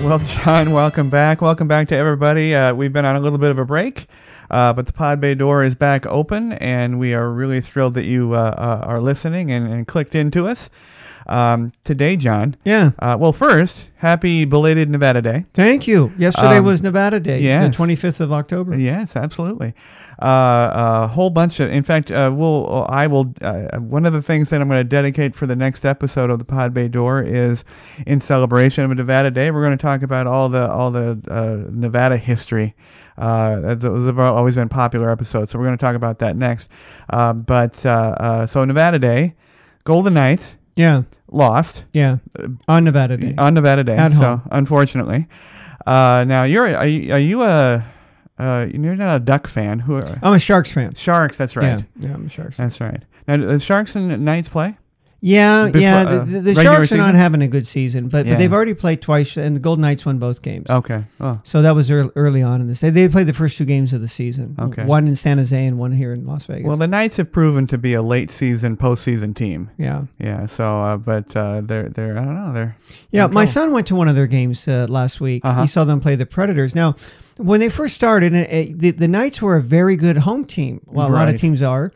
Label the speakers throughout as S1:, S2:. S1: Well, John, welcome back. Welcome back to everybody. Uh, we've been on a little bit of a break, uh, but the pod bay door is back open, and we are really thrilled that you uh, uh, are listening and, and clicked into us um, today, John.
S2: Yeah.
S1: Uh, well, first, happy belated Nevada Day.
S2: Thank you. Yesterday
S1: Um,
S2: was Nevada Day,
S1: yes.
S2: the 25th of October.
S1: Yes, absolutely. Uh, a whole bunch of. In fact, uh, we'll. I will. Uh, one of the things that I'm going to dedicate for the next episode of the Pod Bay Door is in celebration of Nevada Day. We're going to talk about all the all the uh, Nevada history. Uh, that- those have always been popular episodes, so we're going to talk about that next. Uh, but uh, uh, so Nevada Day, Golden Knights
S2: Yeah.
S1: lost
S2: Yeah. On Nevada Day.
S1: on Nevada Day.
S2: At
S1: so
S2: home.
S1: unfortunately, uh, now you're are you, are you a uh, you're not a duck fan? Who are
S2: I'm a Sharks fan.
S1: sharks? That's right. Uh,
S2: Yeah. Yeah, I'm a Sharks fan.
S1: That's right. Now the sharks and knights play.
S2: Yeah.
S1: Before-
S2: yeah.
S1: uh,
S2: the- the the
S1: regular
S2: Sharks are
S1: season?
S2: not having a good season, but,
S1: Yeah.
S2: but they've already played twice, and the Golden Knights won both games.
S1: Okay. Oh,
S2: So that was early, early on in this. They, they played the first two games of the season.
S1: Okay.
S2: One in San Jose and one here in Las Vegas.
S1: well, the knights have proven to be a late season postseason team.
S2: yeah.
S1: Yeah. So, uh, but uh, they're they're I don't know they're
S2: Yeah,
S1: in
S2: my
S1: trouble.
S2: son went to one of their games uh, last week.
S1: Uh-huh.
S2: He saw them play the Predators. Now, when they first started, uh, uh, the, the Knights were a very good home team. Well, a lot
S1: Right.
S2: of teams are.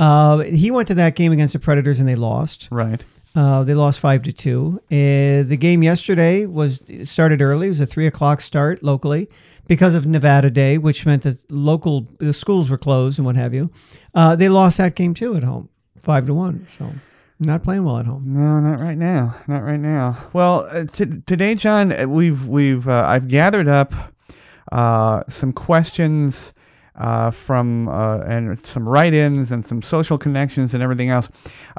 S2: Uh, he went to that game against the Predators and they lost.
S1: right.
S2: Uh, they lost five to two. Uh, the game yesterday was it started early. It was a three o'clock start locally because of Nevada Day, which meant that local the schools were closed and what have you. Uh, they lost that game too at home, five to one. So not playing well at home.
S1: No, not right now. Not right now. Well, uh, t- today, John, uh, we've we've uh, I've gathered up uh, some questions uh, from uh, and some write-ins and some social connections and everything else.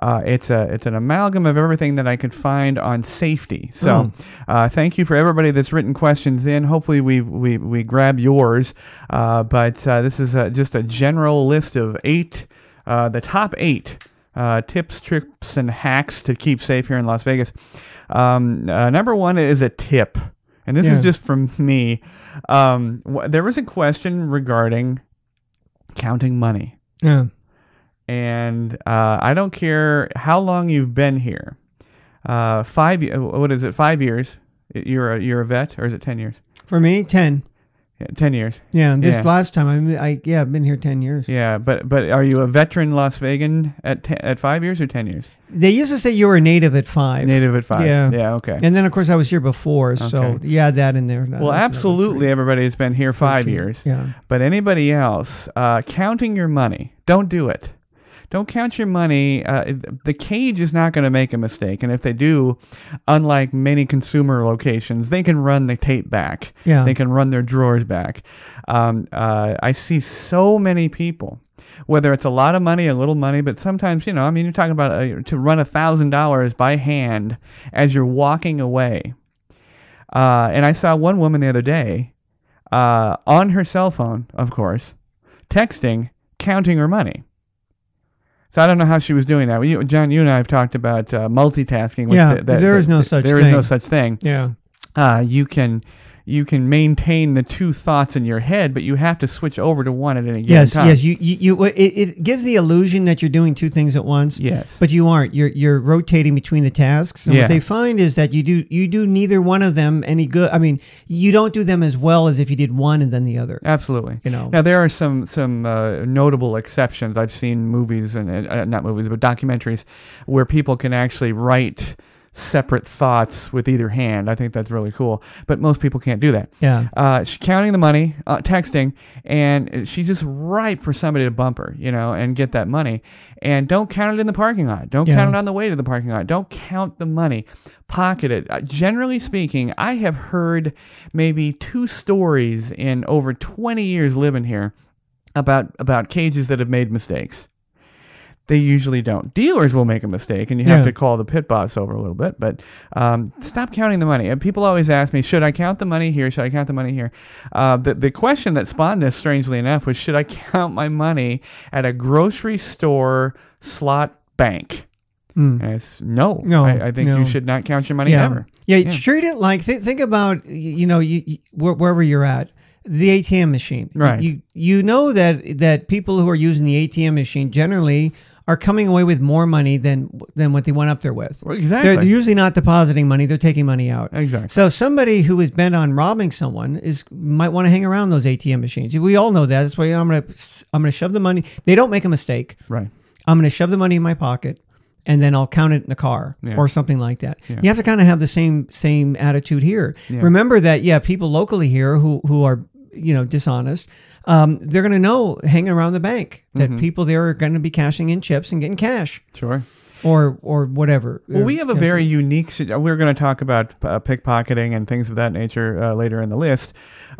S1: Uh, it's a it's an amalgam of everything that I could find on safety. So, uh, thank you for everybody that's written questions in. Hopefully, we we we grab yours. Uh, but uh, this is uh just a general list of eight, uh, the top eight uh, tips, tricks, and hacks to keep safe here in Las Vegas. Um, uh, number one is a tip, and this is
S2: Yeah.
S1: just from me. Um, wh- there was a question regarding counting money,
S2: Yeah.
S1: and uh, I don't care how long you've been here. Uh, five. y- What is it? Five years. You're a you're a vet, or is it ten years?
S2: For me, ten.
S1: Yeah, Ten years.
S2: Yeah, this
S1: Yeah.
S2: last time I, m- I- yeah, I've been here ten years.
S1: Yeah, but but are you a veteran Las Vegan at te- at five years or ten years?
S2: They used to say you were a native at five,
S1: Native at five.
S2: Yeah.
S1: Yeah. Okay.
S2: and then of course I was here before, so
S1: Okay.
S2: you add that in there.
S1: Well, absolutely. Everybody has been here five
S2: Fourteen.
S1: years.
S2: Yeah,
S1: But anybody else, uh, counting your money, don't do it. Don't count your money. Uh, it- the cage is not going to make a mistake. And if they do, unlike many consumer locations, they can run the tape back.
S2: Yeah.
S1: They can run their drawers back. Um, uh, I see so many people, whether it's a lot of money, a little money, but sometimes, you know, I mean, you're talking about uh, to run $1,000 by hand as you're walking away. Uh, and I saw one woman the other day uh, on her cell phone, of course, texting, counting her money. So I don't know how she was doing that. You, John, you and I have talked about uh, multitasking. Which
S2: Yeah,
S1: th- that-
S2: there is
S1: that-
S2: no
S1: that-
S2: such
S1: There is no
S2: thing.
S1: such thing.
S2: yeah,
S1: Uh, you can you can maintain the two thoughts in your head, but you have to switch over to one at any given
S2: yes,
S1: time.
S2: yes. You, you, you it, it gives the illusion that you're doing two things at once,
S1: yes.
S2: but you aren't. You're you're rotating between the tasks, and
S1: Yeah.
S2: what they find is that you do you do neither one of them any good. I mean, you don't do them as well as if you did one and then the other.
S1: Absolutely.
S2: You know.
S1: Now there are some some uh, notable exceptions. I've seen movies and uh, not movies, but documentaries where people can actually write separate thoughts with either hand. I think that's really cool. But most people can't do that.
S2: Yeah.
S1: Uh, she's counting the money, uh, texting, and she's just ripe for somebody to bump her, you know, and get that money. And don't count it in the parking lot. Don't
S2: Yeah.
S1: count it on the way to the parking lot. Don't count the money. Pocket it. Uh, generally speaking, I have heard maybe two stories in over 20 years living here about about cages that have made mistakes. They usually don't. Dealers will make a mistake, and you have
S2: Yeah.
S1: to call the pit boss over a little bit. But um, stop counting the money. And people always ask me, should I count the money here? Should I count the money here? Uh, the the question that spawned this, strangely enough, was should I count my money at a grocery store slot bank?
S2: Mm.
S1: And it's no.
S2: No,
S1: I, I think
S2: no.
S1: you should not count your money
S2: yeah.
S1: ever.
S2: Yeah, treat it like th- think about y- you know you, you where- wherever you're at the ATM machine.
S1: Right.
S2: You you know that that people who are using the ATM machine generally are coming away with more money than than what they went up there with.
S1: Exactly.
S2: They're usually not depositing money; they're taking money out.
S1: Exactly.
S2: So somebody who is bent on robbing someone is might want to hang around those ATM machines. We all know that. That's why I'm gonna I'm gonna shove the money. They don't make a mistake.
S1: Right.
S2: I'm gonna shove the money in my pocket, and then I'll count it in the car
S1: Yeah.
S2: or something like that.
S1: Yeah.
S2: You have to kind of have the same same attitude here. Remember that, yeah, people locally here who who are you know dishonest, um, they're gonna know hanging around the bank that
S1: Mm-hmm.
S2: people there are gonna be cashing in chips and getting cash
S1: Sure.
S2: or or whatever.
S1: Well, we have a very unique. si- uh, We're going to talk about uh, pickpocketing and things of that nature uh, later in the list,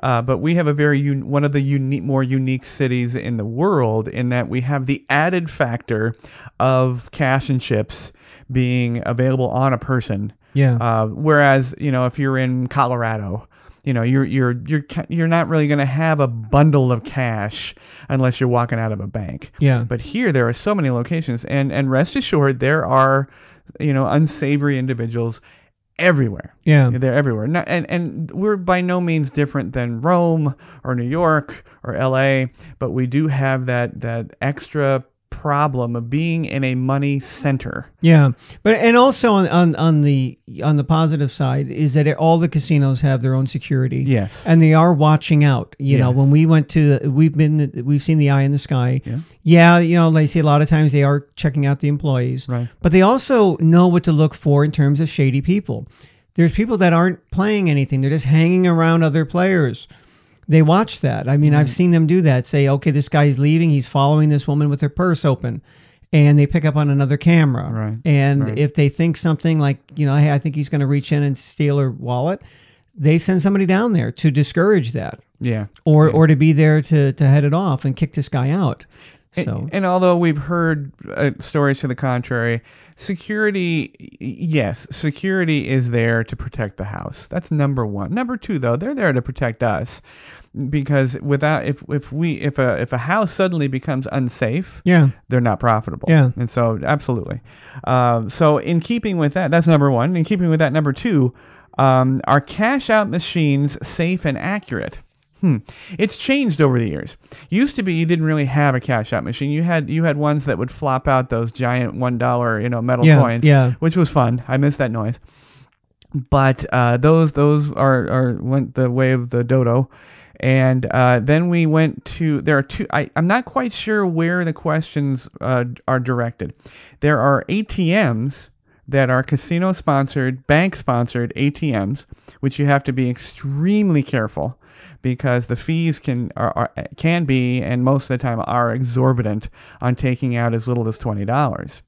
S1: uh, but we have a very un- one of the unique, more unique cities in the world in that we have the added factor of cash and chips being available on a person.
S2: Yeah.
S1: Uh, whereas you know if you're in Colorado. You know, you're you're you're ca- you're not really going to have a bundle of cash unless you're walking out of a bank.
S2: Yeah.
S1: But here there are so many locations and and rest assured there are you know unsavory individuals everywhere.
S2: yeah.
S1: They're everywhere. Not, and and we're by no means different than Rome or New York or LA, but we do have that that extra problem of being in a money center.
S2: Yeah, but and also on, on on the on the positive side is that all the casinos have their own security.
S1: Yes.
S2: and they are watching out. You know,
S1: Yes.
S2: when we went to, we've been we've seen the eye in the sky.
S1: Yeah.
S2: yeah, you know, they say a lot of times they are checking out the employees,
S1: Right.
S2: But they also know what to look for in terms of shady people. There's people that aren't playing anything; they're just hanging around other players. They watch that. I mean, I've
S1: Mm-hmm.
S2: seen them do that. Say, okay, this guy's leaving. He's following this woman with her purse open. And they pick up on another camera.
S1: Right.
S2: And
S1: Right.
S2: if they think something like, you know, hey, I think he's going to reach in and steal her wallet, they send somebody down there to discourage that
S1: Yeah.
S2: or or to be there to to head it off and kick this guy out.
S1: And-
S2: So
S1: And, although we've heard uh, stories to the contrary, security, y- yes, security is there to protect the house. That's number one. Number two, though, they're there to protect us because without if if we if a if a house suddenly becomes unsafe,
S2: yeah,
S1: they're not profitable.
S2: Yeah.
S1: And so, absolutely. Um, so, in keeping with that, that's number one. In keeping with that, number two, um, are cash out machines safe and accurate? Hmm. It's changed over the years. Used to be you didn't really have a cash out machine. You had you had ones that would flop out those giant one dollar you know metal
S2: Yeah,
S1: coins,
S2: yeah.
S1: which was fun. I miss that noise but uh, those those are, are went the way of the dodo and uh, then we went to there are two I, i'm not quite sure where the questions uh, are directed there are atms that are casino sponsored bank sponsored atms which you have to be extremely careful because the fees can are, are can be and most of the time are exorbitant on taking out as little as twenty dollars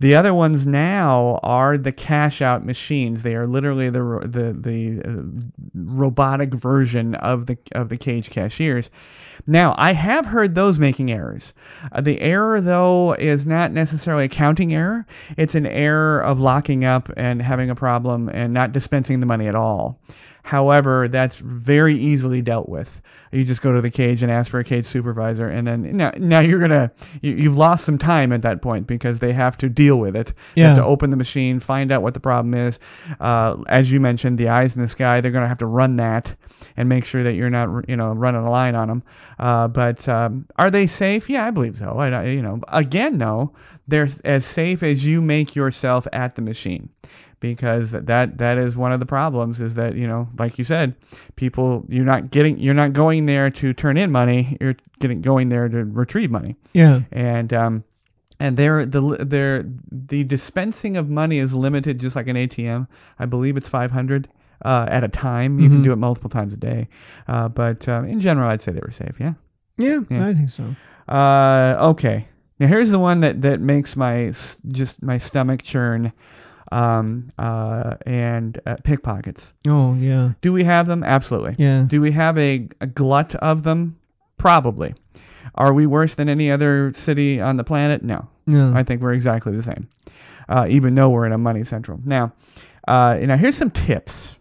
S1: the other ones now are the cash out machines. They are literally the ro- the the uh, robotic version of the of the cage cashiers. Now, I have heard those making errors. Uh, the error though is not necessarily a counting error. It's an error of locking up and having a problem and not dispensing the money at all. However, that's very easily dealt with. You just go to the cage and ask for a cage supervisor, and then now, now you're gonna you, you've lost some time at that point because they have to deal with it. They have
S2: Yeah.
S1: to open the machine, find out what the problem is. Uh, as you mentioned, the eyes in the sky, they're gonna have to run that and make sure that you're not you know running a line on them. Uh, but um, are they safe? Yeah, I believe so. I, I- you know, again though, they're as safe as you make yourself at the machine because that that is one of the problems is that you know like you said people you're not getting you're not going there to turn in money you're getting going there to retrieve money
S2: yeah,
S1: and um and there the there the dispensing of money is limited just like an ATM I believe it's 500 uh, at a time you can do it multiple times a day uh, but um, in general I'd say they were safe yeah
S2: yeah,
S1: Yeah.
S2: I think so.
S1: uh, okay. Now here's the one that that makes my s- just my stomach churn. Um, uh, and uh, pickpockets.
S2: Oh yeah,
S1: Do we have them? Absolutely.
S2: yeah,
S1: Do we have a, a glut of them? Probably. Are we worse than any other city on the planet? No.
S2: no,
S1: I think we're exactly the same, uh, even though we're in a money central. Now, uh, now here's some tips.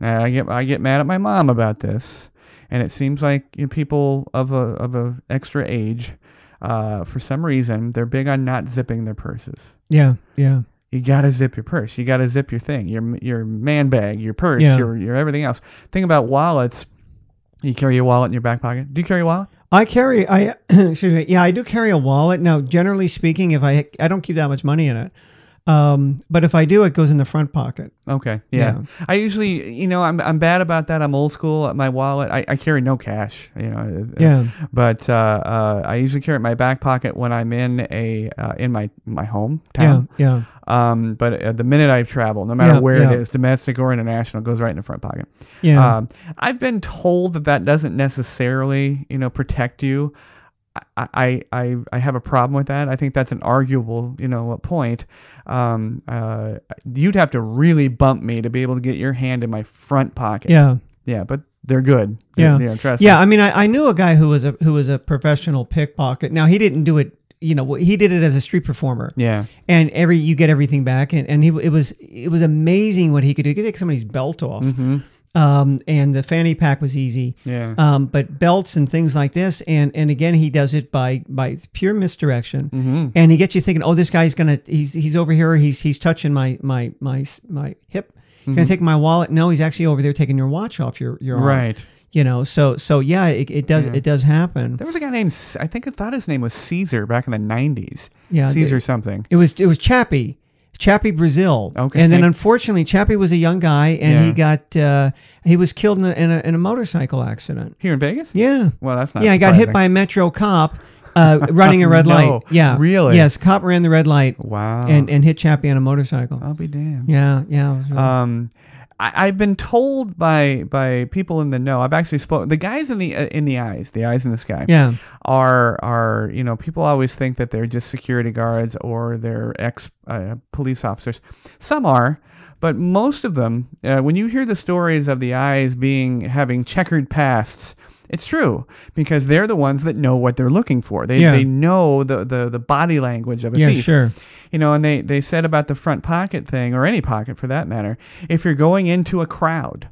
S1: Now, I get I get mad at my mom about this, and it seems like you know, people of a of a extra age, uh, for some reason, they're big on not zipping their purses.
S2: yeah, yeah,
S1: You gotta zip your purse. You gotta zip your thing, your your man bag, your purse,
S2: Yeah.
S1: your your everything else. Thing about wallets You carry your wallet in your back pocket. Do you carry a wallet?
S2: I carry I excuse me. Yeah, I do carry a wallet. Now, generally speaking, if I I don't keep that much money in it. Um, but if I do, it goes in the front pocket.
S1: Okay. Yeah. I usually, you know, I'm, I'm bad about that. I'm old school. My wallet, I, I carry no cash, you know.
S2: Yeah.
S1: But uh, uh, I usually carry it in my back pocket when I'm in a uh, in my my hometown.
S2: Yeah.
S1: Um, but uh, the minute I've traveled, no matter
S2: Yeah,
S1: where
S2: yeah.
S1: it is, domestic or international, it goes right in the front pocket.
S2: Yeah. Yeah.
S1: Um, I've been told that that doesn't necessarily, you know, protect you. I, I, I, I have a problem with that. I think that's an arguable, you know, point. Um, uh, you'd have to really bump me to be able to get your hand in my front pocket.
S2: yeah.
S1: Yeah, but they're good.
S2: Yeah.
S1: yeah, trust
S2: Yeah,
S1: me.
S2: I mean, I, I knew a guy who was a who was a professional pickpocket. Now he didn't do it, you know, he did it as a street performer,
S1: Yeah,
S2: and every you get everything back, and, and he it was it was amazing what he could do. He could take somebody's belt off,
S1: Mm-hmm.
S2: um, and the fanny pack was easy,
S1: yeah,
S2: um, but belts and things like this, and and again he does it by by pure misdirection,
S1: Mm-hmm.
S2: and he gets you thinking, oh, this guy's gonna he's he's over here, he's he's touching my my my my hip. He's
S1: Mm-hmm.
S2: Gonna take my wallet? No, he's actually over there taking your watch off your your arm
S1: right.
S2: you know so so yeah it, it does it does happen
S1: There was a guy named C- I think I thought his name was Caesar back in the nineties.
S2: Yeah, the-
S1: Caesar something.
S2: it was it was chappie chappie brazil
S1: Okay.
S2: and then unfortunately chappie was a young guy and he
S1: Yeah.
S2: got uh he was killed in a in a, in a motorcycle accident
S1: Here in Vegas.
S2: yeah
S1: Well, that's not.
S2: yeah he got hit
S1: surprising.
S2: by a metro cop uh running a red
S1: No,
S2: light yeah
S1: really?
S2: yes cop ran the red light
S1: Wow. Oh.
S2: and and hit chappie on a motorcycle
S1: I'll be damned.
S2: yeah yeah it was really-
S1: Um, I, I've been told by by people in the know. I've actually spoken. The guys in the uh, in the eyes, the eyes in the sky,
S2: yeah
S1: are are you know people always think that they're just security guards or they're ex uh, police officers. Some are, but most of them, uh, when you hear the stories of the eyes being having checkered pasts. It's true because they're the ones that know what they're looking for. They,
S2: Yeah.
S1: they know the, the, the body language of a
S2: yeah
S1: thief
S2: sure
S1: you know and they they said about the front pocket thing or any pocket for that matter if you're going into a crowd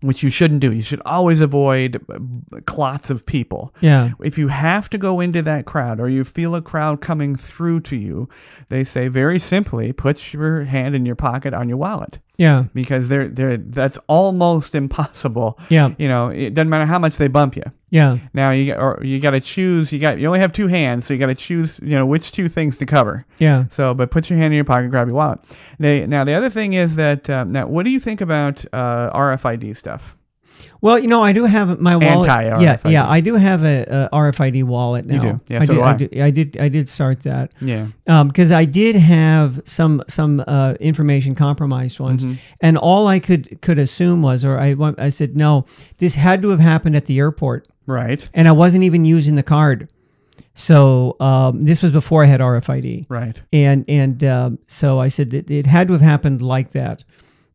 S1: which you shouldn't do you should always avoid uh, clots of people
S2: yeah
S1: if you have to go into that crowd or you feel a crowd coming through to you they say very simply put your hand in your pocket on your wallet
S2: yeah
S1: because they're, they're that's almost impossible
S2: yeah
S1: you know it doesn't matter how much they bump you
S2: yeah
S1: now you or you got to choose you got you only have two hands so you got to choose you know which two things to cover
S2: yeah
S1: so, but put your hand in your pocket, grab your wallet. They, now, the other thing is that um, now, what do you think about uh, RFID stuff?
S2: Well, you know, I do have my wallet.
S1: Anti-RFID.
S2: Yeah, yeah, I do have a, a RFID wallet now.
S1: You do. Yeah,
S2: I
S1: so
S2: did,
S1: do I.
S2: did, I did. I did start that
S1: Yeah,
S2: because I did have some some uh, information compromised ones,
S1: Mm-hmm.
S2: and all I could could assume was, or I wa- I said, no, this had to have happened at the airport,
S1: right,
S2: and I wasn't even using the card. So um, this was before I had RFID
S1: right.
S2: and and um, so I said that it had to have happened like that.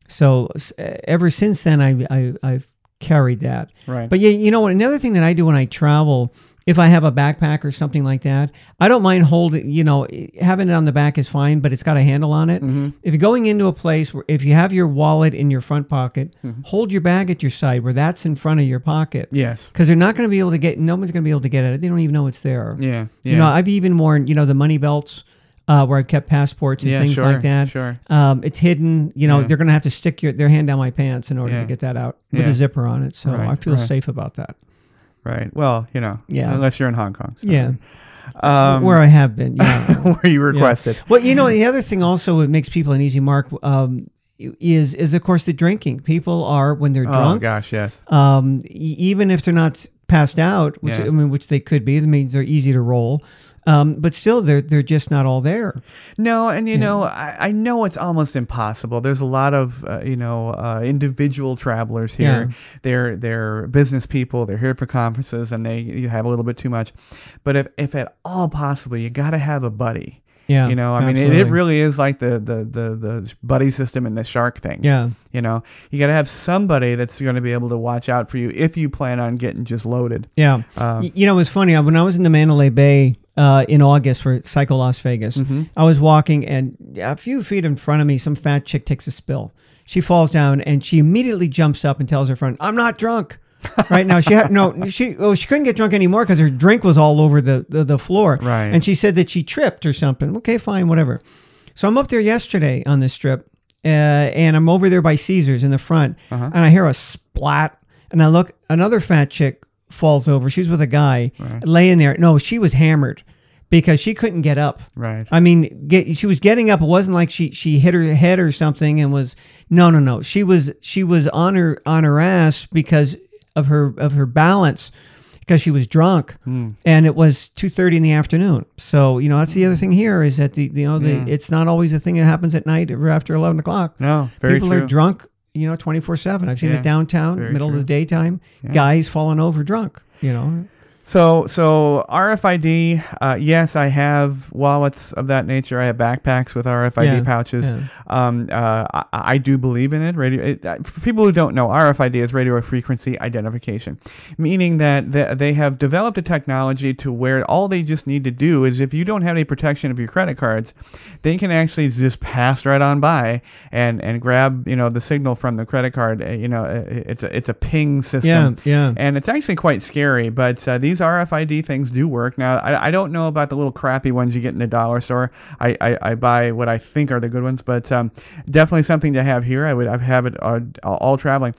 S2: So s- eh, ever since then, I, I I've carried that.
S1: Right.
S2: But yeah, you know what? Another thing that I do when I travel, if I have a backpack or something like that, I don't mind holding. You know, eh, having it on the back is fine, but it's got a handle on it. If you're going into a place where if you have your wallet in your front pocket, hold your bag at your side where that's in front of your pocket.
S1: Yes.
S2: Because they're not going to be able to get, no one's going to be able to get at it. They don't even know it's there.
S1: Yeah. Yeah.
S2: You know, I've even worn, you know, the money belts uh, where I've kept passports and
S1: Yeah,
S2: things
S1: sure,
S2: like that.
S1: sure.
S2: Um, it's hidden. You know,
S1: Yeah.
S2: they're going to have to stick your, their hand down my pants in order
S1: Yeah.
S2: to get that out with
S1: Yeah.
S2: a zipper on it. So
S1: Right,
S2: I feel
S1: right.
S2: safe about that.
S1: right. Well, you know,
S2: Yeah.
S1: Unless you're in Hong Kong, so-
S2: Yeah.
S1: Um,
S2: where I have been. Yeah.
S1: where you requested.
S2: well, you know, the other thing also it makes people an easy mark um, is, is of course the drinking. People are, when they're
S1: Oh
S2: drunk,
S1: gosh, yes.
S2: um, e- even if they're not passed out, which
S1: Yeah.
S2: I mean, which they could be. That means they're easy to roll, um, but still they're they're just not all there.
S1: No, and you know, I, I know it's almost impossible. There's a lot of uh, you know uh, individual travelers here. They're they're business people. They're here for conferences, and they you have a little bit too much. But if if at all possible, you got to have a buddy.
S2: Yeah,
S1: you know, I mean, it, it
S2: absolutely.
S1: really is like the, the the the buddy system and the shark thing.
S2: Yeah.
S1: you know, you got to have somebody that's going to be able to watch out for you if you plan on getting just loaded.
S2: Yeah.
S1: Um,
S2: Y- you know, it was funny. uh, When I was in the Mandalay Bay uh, in August for Cycle Las Vegas,
S1: Mm-hmm.
S2: I was walking, and a few feet in front of me, some fat chick takes a spill. She falls down, and she immediately jumps up and tells her friend, "I'm not drunk." right now, she had no. She oh, she couldn't get drunk anymore because her drink was all over the, the the floor.
S1: Right.
S2: and she said that she tripped or something. Okay, fine, whatever. So I'm up there yesterday on this trip, uh, and I'm over there by Caesars in the front, and I hear a splat, and I look, another fat chick falls over. She's with a guy
S1: Right.
S2: laying there. No, she was hammered because she couldn't get up.
S1: Right.
S2: I mean, get, she was getting up. It wasn't like she she hit her head or something and was no no no. She was she was on her on her ass because of her of her balance because she was drunk
S1: Hmm.
S2: and it was two thirty in the afternoon. So you know that's
S1: Hmm.
S2: the other thing here is that the you know the it's not always a thing that happens at night or after eleven o'clock.
S1: No, very
S2: People
S1: true.
S2: are drunk. You know, twenty four seven. I've seen
S1: Yeah,
S2: it downtown,
S1: very
S2: middle
S1: true.
S2: of the daytime. Guys falling over drunk. You know,
S1: So, so RFID. Uh, yes, I have wallets of that nature. I have backpacks with RFID
S2: Yeah,
S1: pouches.
S2: yeah.
S1: Um, uh, I, I do believe in it. Radio. It, uh, for people who don't know, RFID is radio frequency identification, meaning that th- they have developed a technology to where all they just need to do is, if you don't have any protection of your credit cards, they can actually just pass right on by and and grab you know the signal from the credit card. Uh, You know, uh, it's a, it's a ping system.
S2: yeah, yeah.
S1: And it's actually quite scary, but uh, these RFID things do work. Now, I, I don't know about the little crappy ones you get in the dollar store. I, I, I buy what I think are the good ones, but um, definitely something to have here. I would I have it uh, all traveling.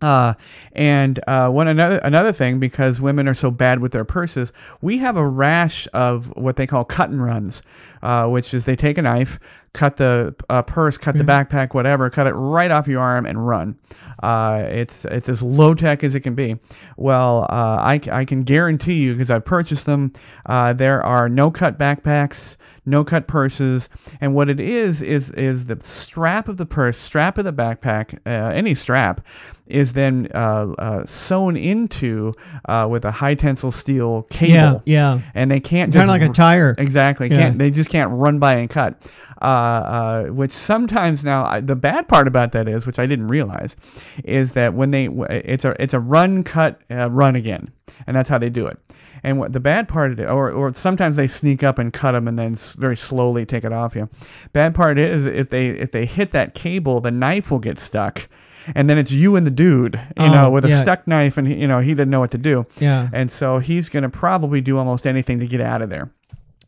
S1: Uh, and uh, one another another thing because women are so bad with their purses, we have a rash of what they call cut and runs, uh, which is they take a knife, cut the uh, purse, cut the backpack, whatever, cut it right off your arm and run. Uh, it's it's as low tech as it can be. Well, uh, I, c- I can guarantee you because I've purchased them. Uh, there are no cut backpacks, no cut purses, and what it is is is the strap of the purse, strap of the backpack, uh, any strap, is then uh, uh, sewn into uh, with a high tensile steel
S2: Yeah,
S1: cable,
S2: yeah.
S1: and they can't just
S2: Kind of like a
S1: r-
S2: tire.
S1: Exactly.
S2: Yeah.
S1: Can't, they just can't run by and cut. Uh, uh, which sometimes now I, the bad part about that is, which I didn't realize, is that when they w- it's a it's a run cut uh, run again, and that's how they do it. And what the bad part, of it- or or sometimes they sneak up and cut them, and then s- very slowly take it off you. Bad part is if they if they hit that cable, the knife will get stuck. And then it's you and the dude, you
S2: Oh,
S1: know, with
S2: yeah.
S1: a stuck knife, and he, you know he didn't know what to do.
S2: Yeah.
S1: And so he's going to probably do almost anything to get out of there.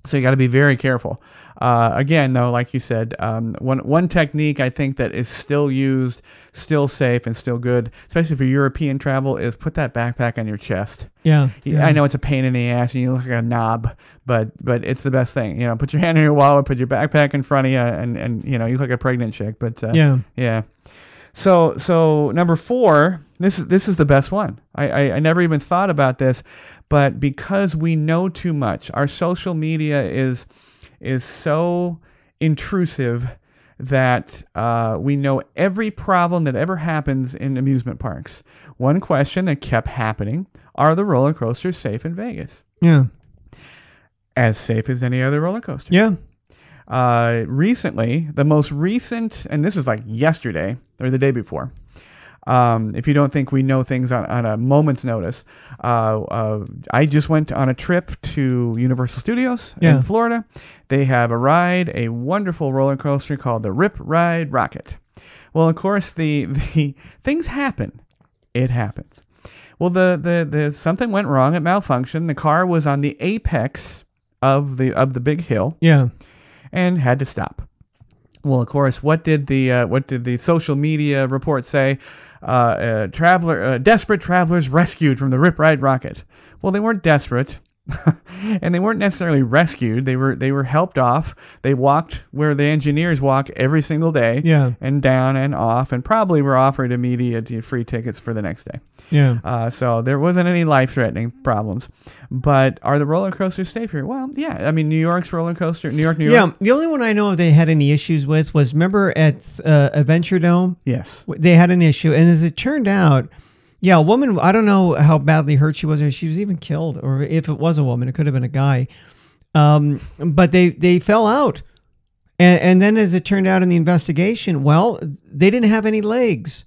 S1: So you got to be very careful. Uh, again, though, like you said, um, one one technique I think that is still used, still safe, and still good, especially for European travel, is put that backpack on your chest.
S2: Yeah.
S1: Yeah. I know it's a pain in the ass, and you look like a knob, but but it's the best thing. You know, put your hand in your wallet, put your backpack in front of you, and and you know you look like a pregnant chick. But uh,
S2: Yeah.
S1: yeah. So so number four, this is this is the best one. I, I, I never even thought about this, but because we know too much, our social media is is so intrusive that uh, we know every problem that ever happens in amusement parks. One question that kept happening: Are the roller coasters safe in Vegas?
S2: Yeah.
S1: As safe as any other roller coaster
S2: Yeah.
S1: uh, recently, the most recent, and this is like yesterday or the day before. Um, if you don't think we know things on, on a moment's notice, uh, uh, I just went on a trip to Universal Studios
S2: Yeah.
S1: in Florida. They have a ride, a wonderful roller coaster called the Rip Ride Rocket. Well, of course, the, the things happen. It happens. Well, the, the, the something went wrong. It malfunctioned. The car was on the apex of the of the big hill
S2: Yeah.
S1: and had to stop. Well, of course, what did the uh, what did the social media report say? Uh, uh, traveler, uh, desperate travelers rescued from the Rip Ride rocket. Well, they weren't desperate, and they weren't necessarily rescued. They were they were helped off. They walked where the engineers walk every single day,
S2: Yeah.
S1: and down and off, and probably were offered immediate free tickets for the next day.
S2: Yeah.
S1: Uh, so there wasn't any life threatening problems. But are the roller coasters safe here? Well, yeah. I mean, New York's roller coaster, New York, New York.
S2: Yeah. The only one I know they had any issues with was remember at uh, Adventure Dome
S1: Yes.
S2: W- they had an issue, and as it turned out, yeah, a woman. I don't know how badly hurt she was, or she was even killed, or if it was a woman, it could have been a guy. Um, but they they fell out, and and then as it turned out in the investigation, well, they didn't have any legs.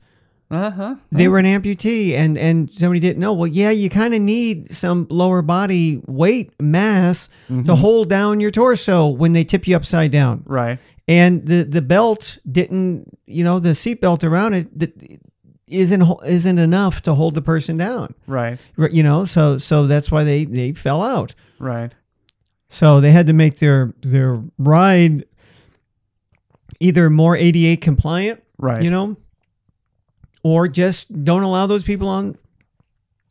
S1: Uh huh.
S2: they were an amputee and and somebody didn't know well yeah you kind of need some lower body weight mass to hold down your torso when they tip you upside down
S1: Right.
S2: and the the belt didn't you know the seat belt around it that isn't ho- isn't enough to hold the person down
S1: Right.
S2: r- you know so so that's why they they fell out
S1: Right.
S2: so they had to make their their ride either more ADA compliant
S1: Right.
S2: you know or just don't allow those people on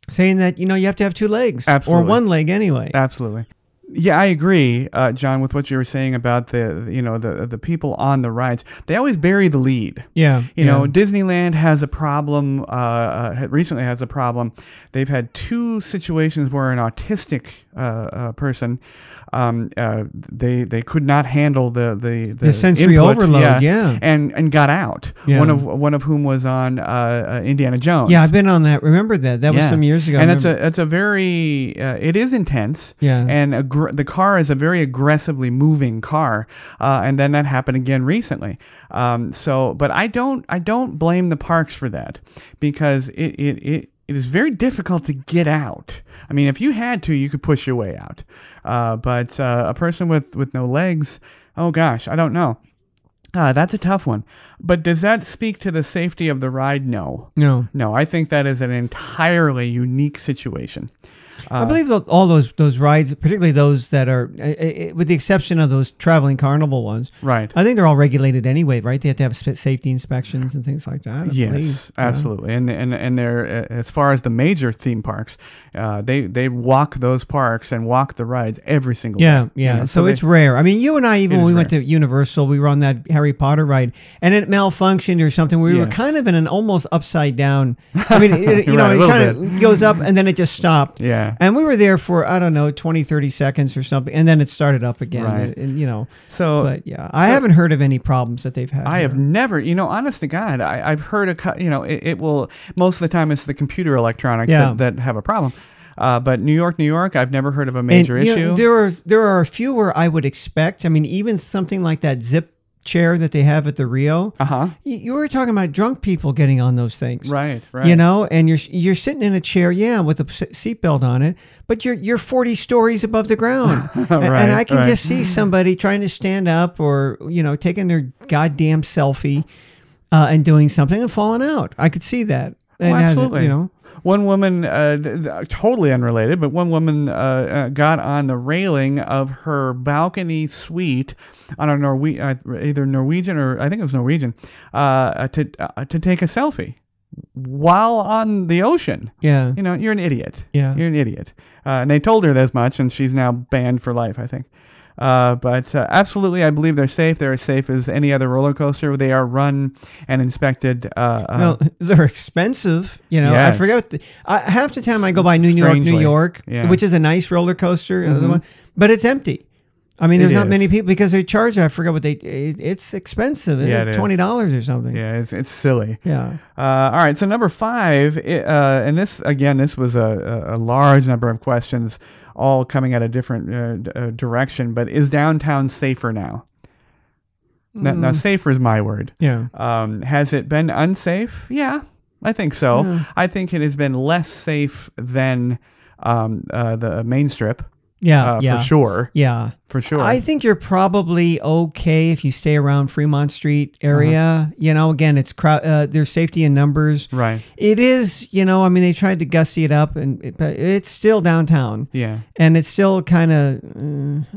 S2: saying that you know you have to have two legs
S1: Absolutely.
S2: or one leg anyway
S1: Absolutely. Yeah, I agree, uh, John, with what you were saying about the you know the the people on the rides. They always bury the lead.
S2: yeah
S1: You
S2: yeah.
S1: know, Disneyland has a problem. Uh, uh, had- recently has a problem. They've had two situations where an autistic uh, uh, person, um, uh, they they could not handle the the,
S2: The sensory
S1: input,
S2: overload, yeah.
S1: and and got out.
S2: Yeah.
S1: One of one of whom was on uh, uh, Indiana Jones.
S2: yeah i've been on that remember that that was
S1: Yeah.
S2: some years ago
S1: and that's a that's a very uh, it is intense.
S2: Yeah.
S1: and aggr- the car is a very aggressively moving car, uh, and then that happened again recently. Um, so, but I don't I don't blame the parks for that because it it. it it is very difficult to get out. I mean, if you had to, you could push your way out. Uh, but uh, a person with, with no legs, oh gosh, I don't know. Uh, that's a tough one. But does that speak to the safety of the ride? No.
S2: no
S1: No, I think that is an entirely unique situation. uh,
S2: I believe tho- all those those rides, particularly those that are, uh, uh, with the exception of those traveling carnival ones,
S1: Right.
S2: I think they're all regulated anyway, right? They have to have sp- safety inspections and things like that. I
S1: Yes,
S2: believe.
S1: absolutely. And and and they're uh, as far as the major theme parks, uh, they they walk those parks and walk the rides every single
S2: Yeah,
S1: day, you
S2: yeah.
S1: know,
S2: so
S1: they-
S2: it's rare. I mean, you and I, even
S1: It is
S2: when we went to Universal, we were on that Harry Potter ride, and it malfunctioned or something. We were
S1: Yes.
S2: kind of in an almost upside down. I mean, it, you know,
S1: Right, a
S2: it
S1: little
S2: kind of goes up and then it just stopped.
S1: yeah.
S2: And we were there for I don't know 20, 30 seconds or something, and then it started up again.
S1: Right.
S2: And, and, you know,
S1: So
S2: but yeah, I
S1: so-
S2: haven't heard of any problems that they've had.
S1: I have
S2: here.
S1: never, you know, honest to God, I, I've heard a, cou- you know, it, it will, most of the time it's the computer electronics
S2: Yeah.
S1: that, that have a problem. Uh, but New York, New York, I've never heard of a major
S2: And, you
S1: issue.
S2: know, there are there are fewer I would expect. I mean, even something like that zip chair that they have at the Rio.
S1: uh huh.
S2: You, you were talking about drunk people getting on those things,
S1: Right, right.
S2: You know, and you're you're sitting in a chair, yeah, with a se- seatbelt on it, but you're you're 40 stories above the ground, and, and
S1: Right,
S2: I can
S1: right.
S2: just see somebody trying to stand up or you know taking their goddamn selfie uh, and doing something and falling out. I could see that. And
S1: Oh,
S2: have it,
S1: absolutely.
S2: you know.
S1: One woman, uh, th- th- totally unrelated, but one woman uh, uh, got on the railing of her balcony suite on a Norwe- uh, either Norwegian or I think it was Norwegian, uh, uh, to uh, to take a selfie while on the ocean.
S2: Yeah.
S1: You know, you're an idiot.
S2: Yeah.
S1: You're an idiot. Uh, and they told her as much, and she's now banned for life, I think. Uh, but uh, absolutely, I believe they're safe. They're as safe as any other roller coaster. They are run and inspected. Uh, uh,
S2: Well, they're expensive. You know, I
S1: Yes.
S2: forget. What the, I, half the time I go by New York, New
S1: Strangely.
S2: York,
S1: Yeah. Mm-hmm.
S2: which is a nice roller coaster, uh, the one, but it's empty. I mean,
S1: It
S2: there's not many
S1: is.
S2: people because they charge. I forgot what they. It, it's expensive. It's
S1: Yeah,
S2: like
S1: it is.
S2: twenty dollars or something.
S1: yeah, it's, it's silly.
S2: Yeah.
S1: Uh, all right, so number five, it, uh, and this again, this was a, a a large number of questions, all coming at a different uh, d- uh, direction. But is downtown safer now? Now,
S2: Hmm.
S1: now, safer is my word.
S2: Yeah.
S1: Um, has it been unsafe? Yeah, I think so.
S2: Yeah.
S1: I think it has been less safe than um, uh, the main strip
S2: Yeah.
S1: uh,
S2: yeah.
S1: for sure.
S2: Yeah.
S1: For sure.
S2: I think you're probably okay if you stay around Fremont Street
S1: Uh-huh.
S2: area. You know, again, it's crowd. Uh, there's safety in numbers.
S1: right.
S2: It is, you know, I mean, they tried to gussy it up, and it, but it's still downtown.
S1: Yeah.
S2: and it's still kind of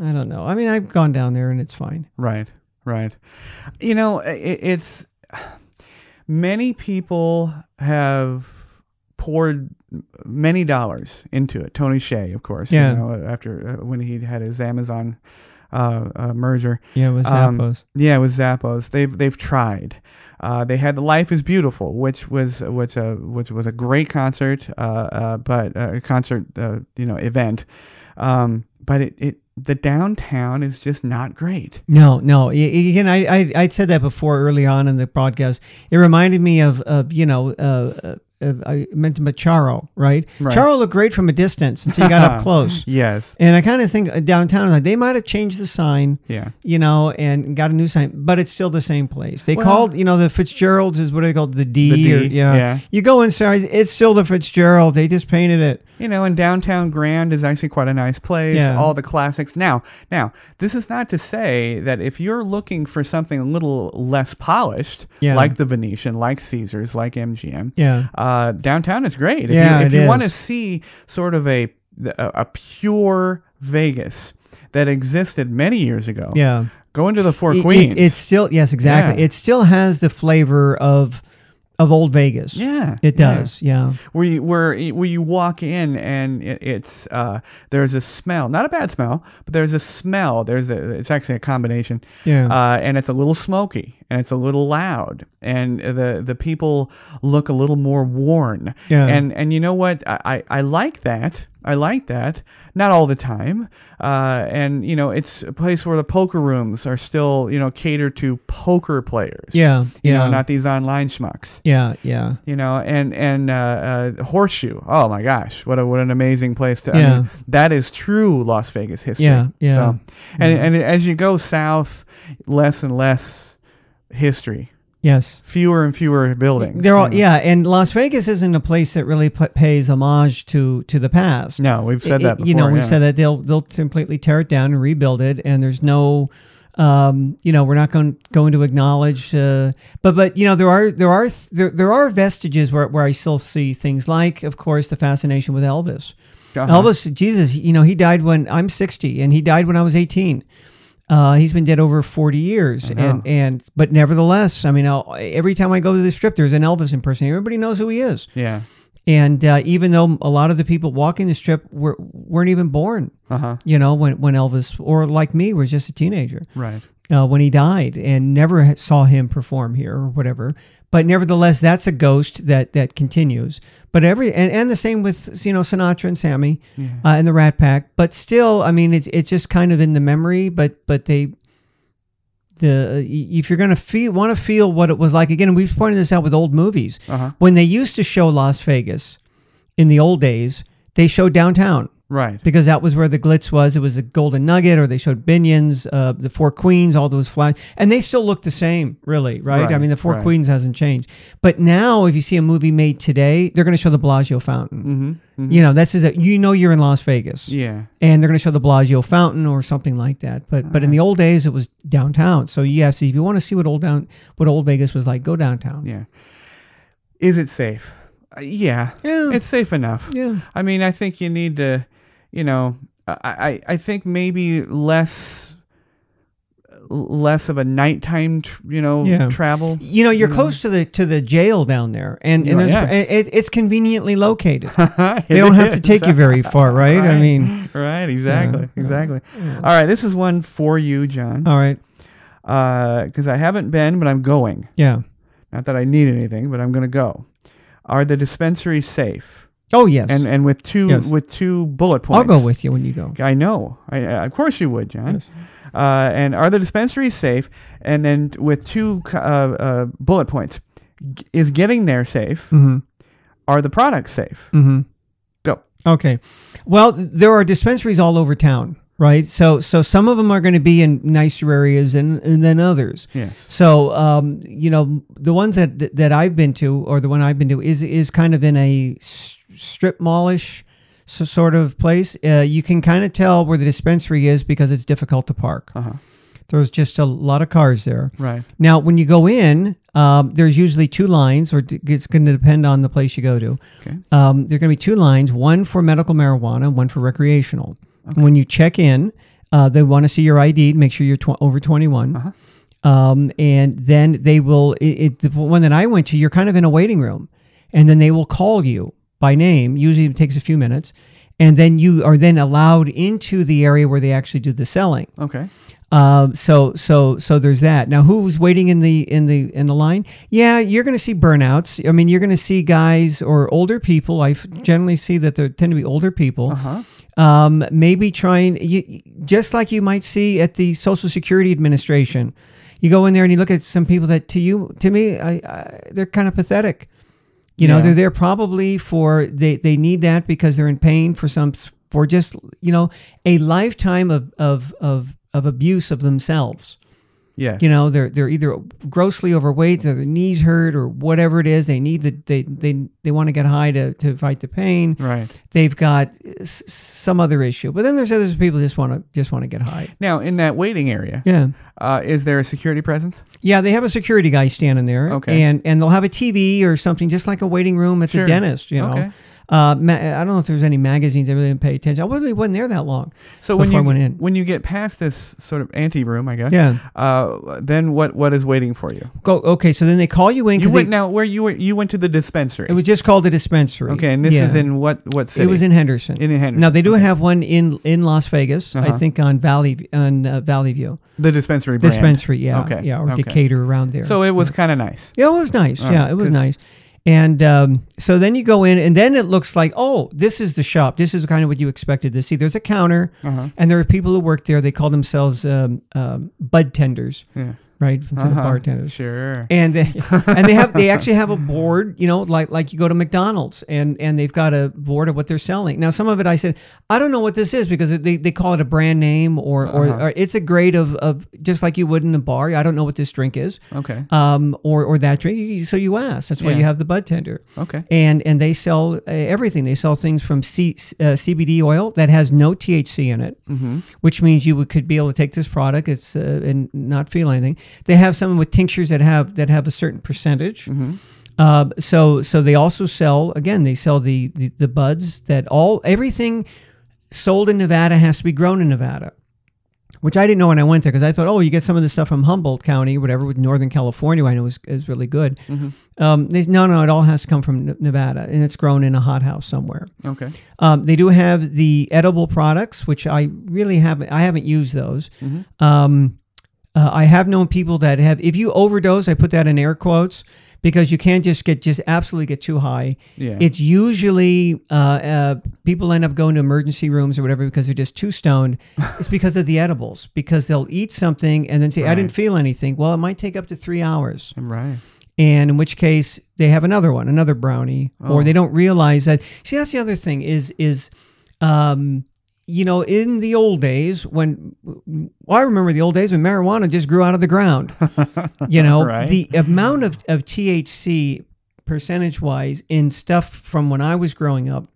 S2: I don't know. I mean, I've gone down there and it's fine.
S1: Right, right. You know, i it's many people have poured many dollars into it. Tony Shea, of course,
S2: Yeah.
S1: you know, after uh, when he had his Amazon uh, uh, merger.
S2: Yeah, it was
S1: Um,
S2: Zappos.
S1: Yeah, with Zappos, they've they've tried. Uh, they had the Life Is Beautiful, which was which uh, which was a great concert, uh, uh, but uh, concert uh, you know event, um, but it, it the downtown is just not great.
S2: No, no. Y- y- Again, I, I I said that before early on in the broadcast. It reminded me of of you know. Uh, uh, uh, I meant Macharo, right?
S1: Right.
S2: Charo looked great from a distance until you got up close.
S1: Yes,
S2: And I kind of think uh, downtown, like, they might have changed the sign,
S1: Yeah.
S2: you know, and got a new sign, but it's still the same place. They
S1: Well-
S2: called, you know, the Fitzgeralds is what are they called? The D.
S1: The D,
S2: or- yeah.
S1: yeah.
S2: You go inside, it's still the Fitzgeralds. They just painted it.
S1: You know, and downtown Grand is actually quite a nice place.
S2: Yeah.
S1: All the classics. Now, now, this is not to say that if you're looking for something a little less polished,
S2: Yeah.
S1: like the Venetian, like Caesars, like MGM,
S2: Yeah.
S1: uh, downtown is great. If
S2: Yeah,
S1: you, if
S2: it
S1: you want to
S2: is.
S1: see sort of a, a a pure Vegas that existed many years ago,
S2: Yeah.
S1: go into the Four
S2: It- it-
S1: Queens.
S2: it's still yes, exactly.
S1: Yeah.
S2: It still has the flavor of of old Vegas.
S1: Yeah,
S2: It
S1: yeah.
S2: does. Yeah.
S1: Where you where you- where you walk in and it, it's uh, there's a smell, not a bad smell, but there's a smell. There's a, it's actually a combination.
S2: Yeah.
S1: Uh, and it's a little smoky and it's a little loud and the the people look a little more worn.
S2: Yeah.
S1: And and you know what? I, I, I like that. I like that. Not all the time. Uh, and you know, it's a place where the poker rooms are still you know catered to poker players.
S2: Yeah.
S1: You know,
S2: yeah.
S1: not these online schmucks
S2: yeah. Yeah.
S1: you know, and and uh, uh, horseshoe. Oh my gosh, what a, what an amazing place to. I
S2: Yeah.
S1: mean, that is true Las Vegas history.
S2: Yeah, yeah.
S1: So, and and as you go south, less and less history,
S2: Yes.
S1: fewer and fewer buildings.
S2: They're all,
S1: you know.
S2: yeah, and Las Vegas isn't a place that really p- pays homage to to the past.
S1: No, we've said that.
S2: It-
S1: Before,
S2: You know, we
S1: yeah.
S2: said that they'll they'll completely tear it down and rebuild it, and there's no, um, you know, we're not going going to acknowledge. Uh, but but you know, there are there are there, there are vestiges where where I still see things like, of course, the fascination with Elvis.
S1: Uh-huh.
S2: Elvis, Jesus, you know, he died when I'm 60, and he died when I was 18. Uh, he's been dead over 40 years, and and but nevertheless, I mean, I'll, every time I go to the strip, there's an Elvis impersonator. Everybody knows who he is.
S1: Yeah.
S2: And uh, even though a lot of the people walking the strip were, weren't even born,
S1: Uh huh.
S2: you know, when, when Elvis, or like me, was just a teenager
S1: Right.
S2: uh, when he died and never ha- saw him perform here or whatever. But nevertheless, that's a ghost that, that continues. But every, and, and the same with, you know, Sinatra and Sammy uh, and the Rat Pack. But still, I mean, it's, it's just kind of in the memory, but, but they, the, if you're going to feel, want to feel what it was like, again, we've pointed this out with old movies
S1: Uh-huh.
S2: when they used to show Las Vegas in the old days, they showed downtown
S1: Right.
S2: because that was where the glitz was. It was the Golden Nugget, or they showed Binion's, uh, the Four Queens, all those flags, and they still look the same, really, right? I
S1: Right,
S2: mean, the Four
S1: right.
S2: Queens hasn't changed, but now if you see a movie made today, they're going to show the Bellagio fountain. You know, this is a, you know you're in Las Vegas,
S1: Mm-hmm. Yeah.
S2: and they're going to show the Bellagio fountain or something like that. But but in the old days, it was downtown. So yeah, so if you want to see what old down what old Vegas was like, go downtown.
S1: Yeah. Is it safe? Uh, yeah.
S2: Yeah.
S1: It's safe enough.
S2: Yeah.
S1: I mean, I think you need to, you know, I, I I think maybe less less of a nighttime, tr- you know,
S2: Yeah.
S1: travel.
S2: you know you're close to the to the jail down there and,
S1: Yeah.
S2: and there's,
S1: Yeah.
S2: it, it's conveniently located
S1: they
S2: they don't have to take you very far right, Mm-hmm. i mean
S1: right, exactly,
S2: Yeah. Uh.
S1: exactly. All right, this is one for you, John,
S2: all right
S1: because I haven't been, but I'm going.
S2: yeah
S1: Not that I need anything, but I'm going to go. Are the dispensaries safe?
S2: oh yes
S1: And and with two
S2: Yes.
S1: with two bullet
S2: i'll
S1: points.
S2: go with you when you go
S1: I know. I, I, of course you would, John.
S2: Yes.
S1: Uh, and are the dispensaries safe? And then t- with two c- uh, uh, bullet points, G- is getting there safe?
S2: mm-hmm
S1: Are the products safe?
S2: mm-hmm
S1: Go.
S2: Okay. Well, there are dispensaries all over town, right? So, so some of them are going to be in nicer areas and, and then others.
S1: Yes.
S2: So, um, you know, the ones that that I've been to, or the one I've been to, is is kind of in a s- strip mallish so, sort of place. Uh, you can kind of tell where the dispensary is because it's difficult to park.
S1: Uh-huh.
S2: There's just a lot of cars there.
S1: Right.
S2: Now, when you go in, um, there's usually two lines, or d- it's going to depend on the place you go to.
S1: Okay.
S2: Um, there are going to be two lines: one for medical marijuana, one for recreational. When you check in, uh, they want to see your ID, make sure you're tw- over 21, um, and then they will. It, it, the one that I went to, you're kind of in a waiting room, and then they will call you by name. Usually, it takes a few minutes, and then you are then allowed into the area where they actually do the selling.
S1: Okay.
S2: Um, so so so there's that. Now who's waiting in the in the in the line? Yeah, you're going to see burnouts. I mean, you're going to see guys or older people. I f- generally see that they tend to be older people.
S1: Uh-huh.
S2: Um, maybe trying you, you- just like you might see at the Social Security Administration. You go in there and you look at some people that to you to me, I, I they're kind of pathetic. You know,
S1: Yeah.
S2: they're there probably for they they need that because they're in pain for some s- for just you know a lifetime of of of of abuse of themselves.
S1: Yes.
S2: You know, they're they're either grossly overweight or their knees hurt or whatever it is. They need the they they they want to get high to to fight the pain.
S1: Right.
S2: They've got s- s- some other issue. But then there's other people just want to just want to get high.
S1: Now, in that waiting area,
S2: Yeah.
S1: uh, is there a security presence?
S2: Yeah, they have a security guy standing there,
S1: Okay.
S2: and and they'll have a TV or something, just like a waiting room at
S1: Sure.
S2: the dentist, you know.
S1: Okay.
S2: Uh, ma- I don't know if there was any magazines. I really didn't pay attention. I really wasn't there that long.
S1: So when
S2: Before
S1: you
S2: I went in.
S1: when you get past this sort of ante room, I guess.
S2: Yeah.
S1: Uh, then what what is waiting for you?
S2: Go. Okay. So then they call you in.
S1: You
S2: 'cause
S1: went
S2: they-
S1: now where you were you went to the dispensary.
S2: It was just called a dispensary.
S1: okay, and this
S2: Yeah.
S1: is in what what city?
S2: It was in Henderson.
S1: in Henderson.
S2: Now they do
S1: Okay.
S2: have one in in Las Vegas,
S1: Uh-huh.
S2: I think on Valley on uh, Valley View
S1: the dispensary brand.
S2: dispensary, yeah,
S1: Okay,
S2: yeah, or
S1: okay.
S2: Decatur around there.
S1: So it was kind of nice.
S2: yeah, it was nice.
S1: All
S2: yeah,
S1: right,
S2: it was
S1: 'cause-
S2: nice. And um, so then you go in, and then it looks like, oh, this is the shop. This is kind of what you expected to see. There's a counter,
S1: Uh-huh.
S2: and there are people who work there. They call themselves um, um, bud tenders,
S1: Yeah.
S2: right? Instead of
S1: Uh-huh.
S2: bartenders
S1: Sure.
S2: and they, and they have they actually have a board you know like like you go to mcdonald's and and they've got a board of what they're selling now some of it i said i don't know what this is because they, they call it a brand name or, or
S1: Uh-huh.
S2: or it's a grade of of just like you would in a bar i don't know what this drink is
S1: okay.
S2: um or or that drink You- so you ask that's why
S1: Yeah.
S2: you have the bud tender
S1: Okay.
S2: and and they sell uh, everything they sell things from C, uh, cbd oil that has no thc in it
S1: hmm
S2: which means you would, could be able to take this product it's, uh, and not feel anything. They have some with tinctures that have that have a certain percentage. Uh, so so they also sell again. They sell the, the the buds that all everything sold in Nevada has to be grown in Nevada. Which I didn't know when I went there because I thought, oh, you get some of this stuff from Humboldt County or whatever with Northern California. I know is, is really good. Um, they, no, no, it all has to come from Ne- Nevada and it's grown in a hothouse somewhere.
S1: Okay.
S2: Um, they do have the edible products, which I really haven't. I haven't used those. Um, uh, I have known people that have. If you overdose, I put that in air quotes because you can't just get just absolutely get too high.
S1: Yeah.
S2: It's usually uh, uh, people end up going to emergency rooms or whatever because they're just too stoned. it's because of the edibles because they'll eat something and then say, "I didn't feel anything." Well, it might take up to three hours
S1: right.
S2: and in which case they have another one, another brownie, or they don't realize that. See, that's the other thing is is, um, you know, in the old days when well, I remember the old days when marijuana just grew out of the ground. You know,
S1: Right.
S2: the amount of of THC percentage wise in stuff from when I was growing up.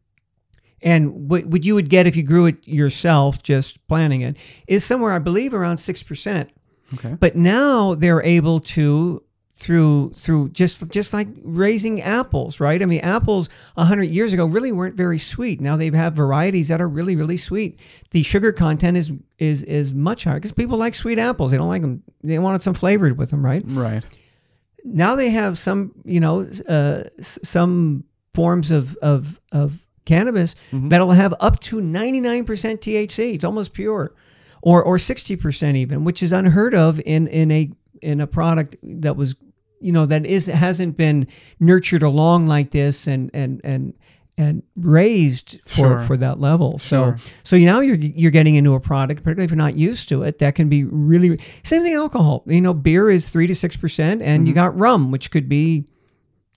S2: And what, what you would get if you grew it yourself, just planting it, is somewhere, I believe, around 6%.
S1: Okay.
S2: But now they're able to through through just just like raising apples, right? I mean, apples a hundred years ago really weren't very sweet. Now they have varieties that are really really sweet. The sugar content is is is much higher because people like sweet apples. They don't like them. They wanted some flavored with them, right?
S1: Right.
S2: Now they have some you know uh, s- some forms of of of cannabis that'll have up to ninety nine percent THC. It's almost pure or or 60% even which is unheard of in in a in a product that was you know that is hasn't been nurtured along like this and and and and raised for
S1: Sure.
S2: for that level so
S1: Sure.
S2: so now you're you're getting into a product particularly if you're not used to it that can be really same thing alcohol you know beer is 3 to 6% and
S1: Mm-hmm.
S2: you got rum which could be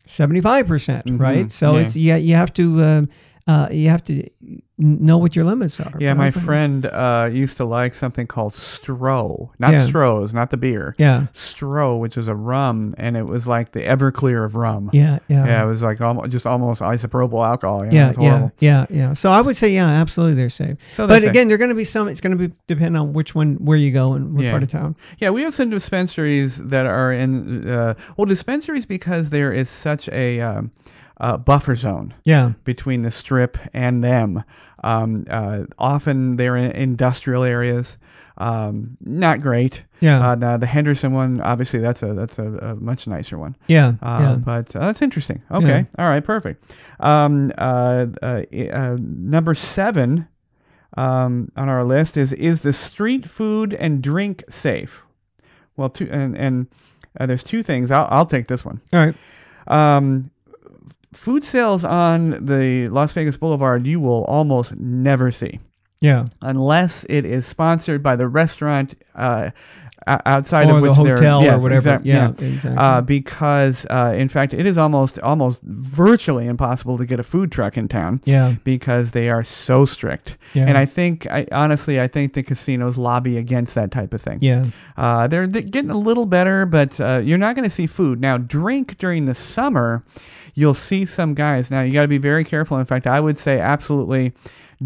S2: 75% percent right so
S1: Mm-hmm. Yeah.
S2: it's yeah you have to uh, uh, you have to know what your limits are
S1: Yeah, my
S2: Right?
S1: friend uh, used to like something called Stro, not
S2: Yeah.
S1: Stroh's, not the beer.
S2: yeah
S1: Stro, which is a rum, and it was like the Everclear of rum.
S2: yeah yeah
S1: Yeah, it was like almost just almost isopropyl alcohol. You know, it
S2: yeah,
S1: was
S2: yeah,
S1: horrible.
S2: yeah, yeah. So I would say, yeah, absolutely, they're safe.
S1: So they're
S2: but
S1: safe.
S2: again, there are going to be some. It's going to be depend on which one, where you go, and what
S1: Yeah.
S2: part of town.
S1: Yeah, we have some dispensaries that are in uh, well dispensaries because there is such a um, uh, buffer zone
S2: Yeah,
S1: between the strip and them. Um, uh, often they're in industrial areas. Um, not great.
S2: Yeah.
S1: Uh, now the Henderson one, obviously, that's a that's a, a much nicer one.
S2: yeah,
S1: Uh,
S2: yeah.
S1: But uh, that's interesting. Okay. All right. Perfect. Um, uh, uh, uh, number seven um, on our list is Is the street food and drink safe? Well, two, and, and uh, there's two things. I'll, I'll take this one.
S2: All right.
S1: Um, food sales on the Las Vegas Boulevard, you will almost never see
S2: Yeah.
S1: unless it is sponsored by the restaurant uh, o- outside
S2: Or
S1: of
S2: the
S1: which they're
S2: hotel or
S1: yes,
S2: whatever.
S1: exact-
S2: Yeah, exactly.
S1: Uh, because uh, in fact, it is almost almost virtually impossible to get a food truck in town.
S2: Yeah.
S1: Because they are so strict,
S2: Yeah.
S1: and I think, I, honestly, I think the casinos lobby against that type of thing.
S2: Yeah.
S1: Uh, they're, they're getting a little better, but uh, you're not going to see food. Now, drink during the summer, you'll see some guys. Now, you got to be very careful. In fact, I would say absolutely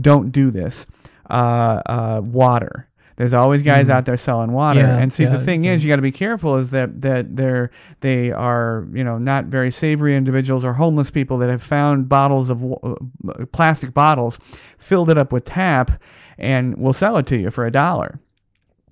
S1: don't do this. Uh, uh, water. There's always guys out there selling water.
S2: Mm. Yeah,
S1: and see,
S2: yeah,
S1: the thing is, you got to be careful is that that they're they are you know not very savory individuals or homeless people that have found bottles of wa- uh, plastic bottles, filled it up with tap, and will sell it to you for a dollar.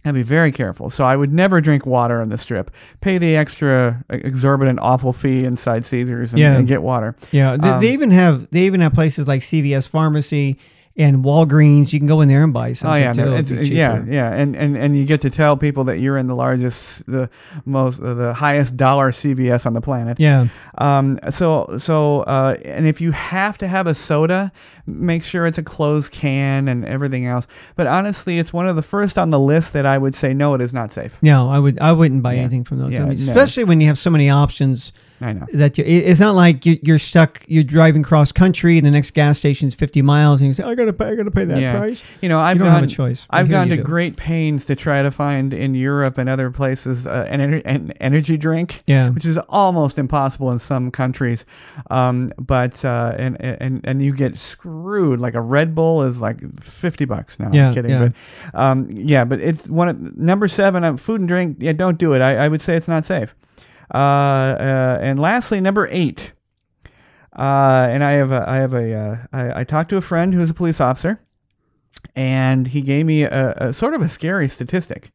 S1: I'd be very careful. So I would never drink water on the strip. Pay the extra e-, exorbitant, awful fee inside Caesars and,
S2: Yeah.
S1: and get water.
S2: Yeah,
S1: um,
S2: they, they even have they even have places like CVS Pharmacy and Walgreens. You can go in there and buy
S1: Oh
S2: something.
S1: yeah,
S2: too.
S1: man.
S2: It'll
S1: It's,
S2: be
S1: yeah,
S2: cheaper.
S1: yeah, and, and and you get to tell people that you're in the largest, the most, uh, the highest dollar CVS on the planet.
S2: yeah.
S1: Um, so so, uh, and if you have to have a soda, make sure it's a closed can and everything else. But honestly, it's one of the first on the list that I would say no, it is not safe.
S2: No, I would I wouldn't buy
S1: Yeah.
S2: anything from those,
S1: Yeah,
S2: I mean,
S1: no.
S2: especially when you have so many options.
S1: I know.
S2: That you, it- it's not like you, you're stuck. You're driving cross country, and the next gas station's 50 miles, and you say, "I gotta pay, I gotta pay that
S1: Yeah.
S2: price."
S1: You know, I've
S2: don't
S1: gone.
S2: have a choice, but
S1: I've
S2: here
S1: gone to
S2: you do.
S1: great pains to try to find in Europe and other places uh, an, ener- an energy drink.
S2: Yeah.
S1: which is almost impossible in some countries. Um, but uh, and and and you get screwed. Like a Red Bull is like fifty bucks now.
S2: Yeah,
S1: I'm kidding,
S2: yeah.
S1: but um, yeah, but it's one of, number seven. Um, food and drink. Yeah, don't do it. I, I would say it's not safe. Uh, uh, and lastly, number eight. Uh, and I have a, I have a, uh, I, I talked to a friend who's a police officer, and he gave me a, a sort of a scary statistic.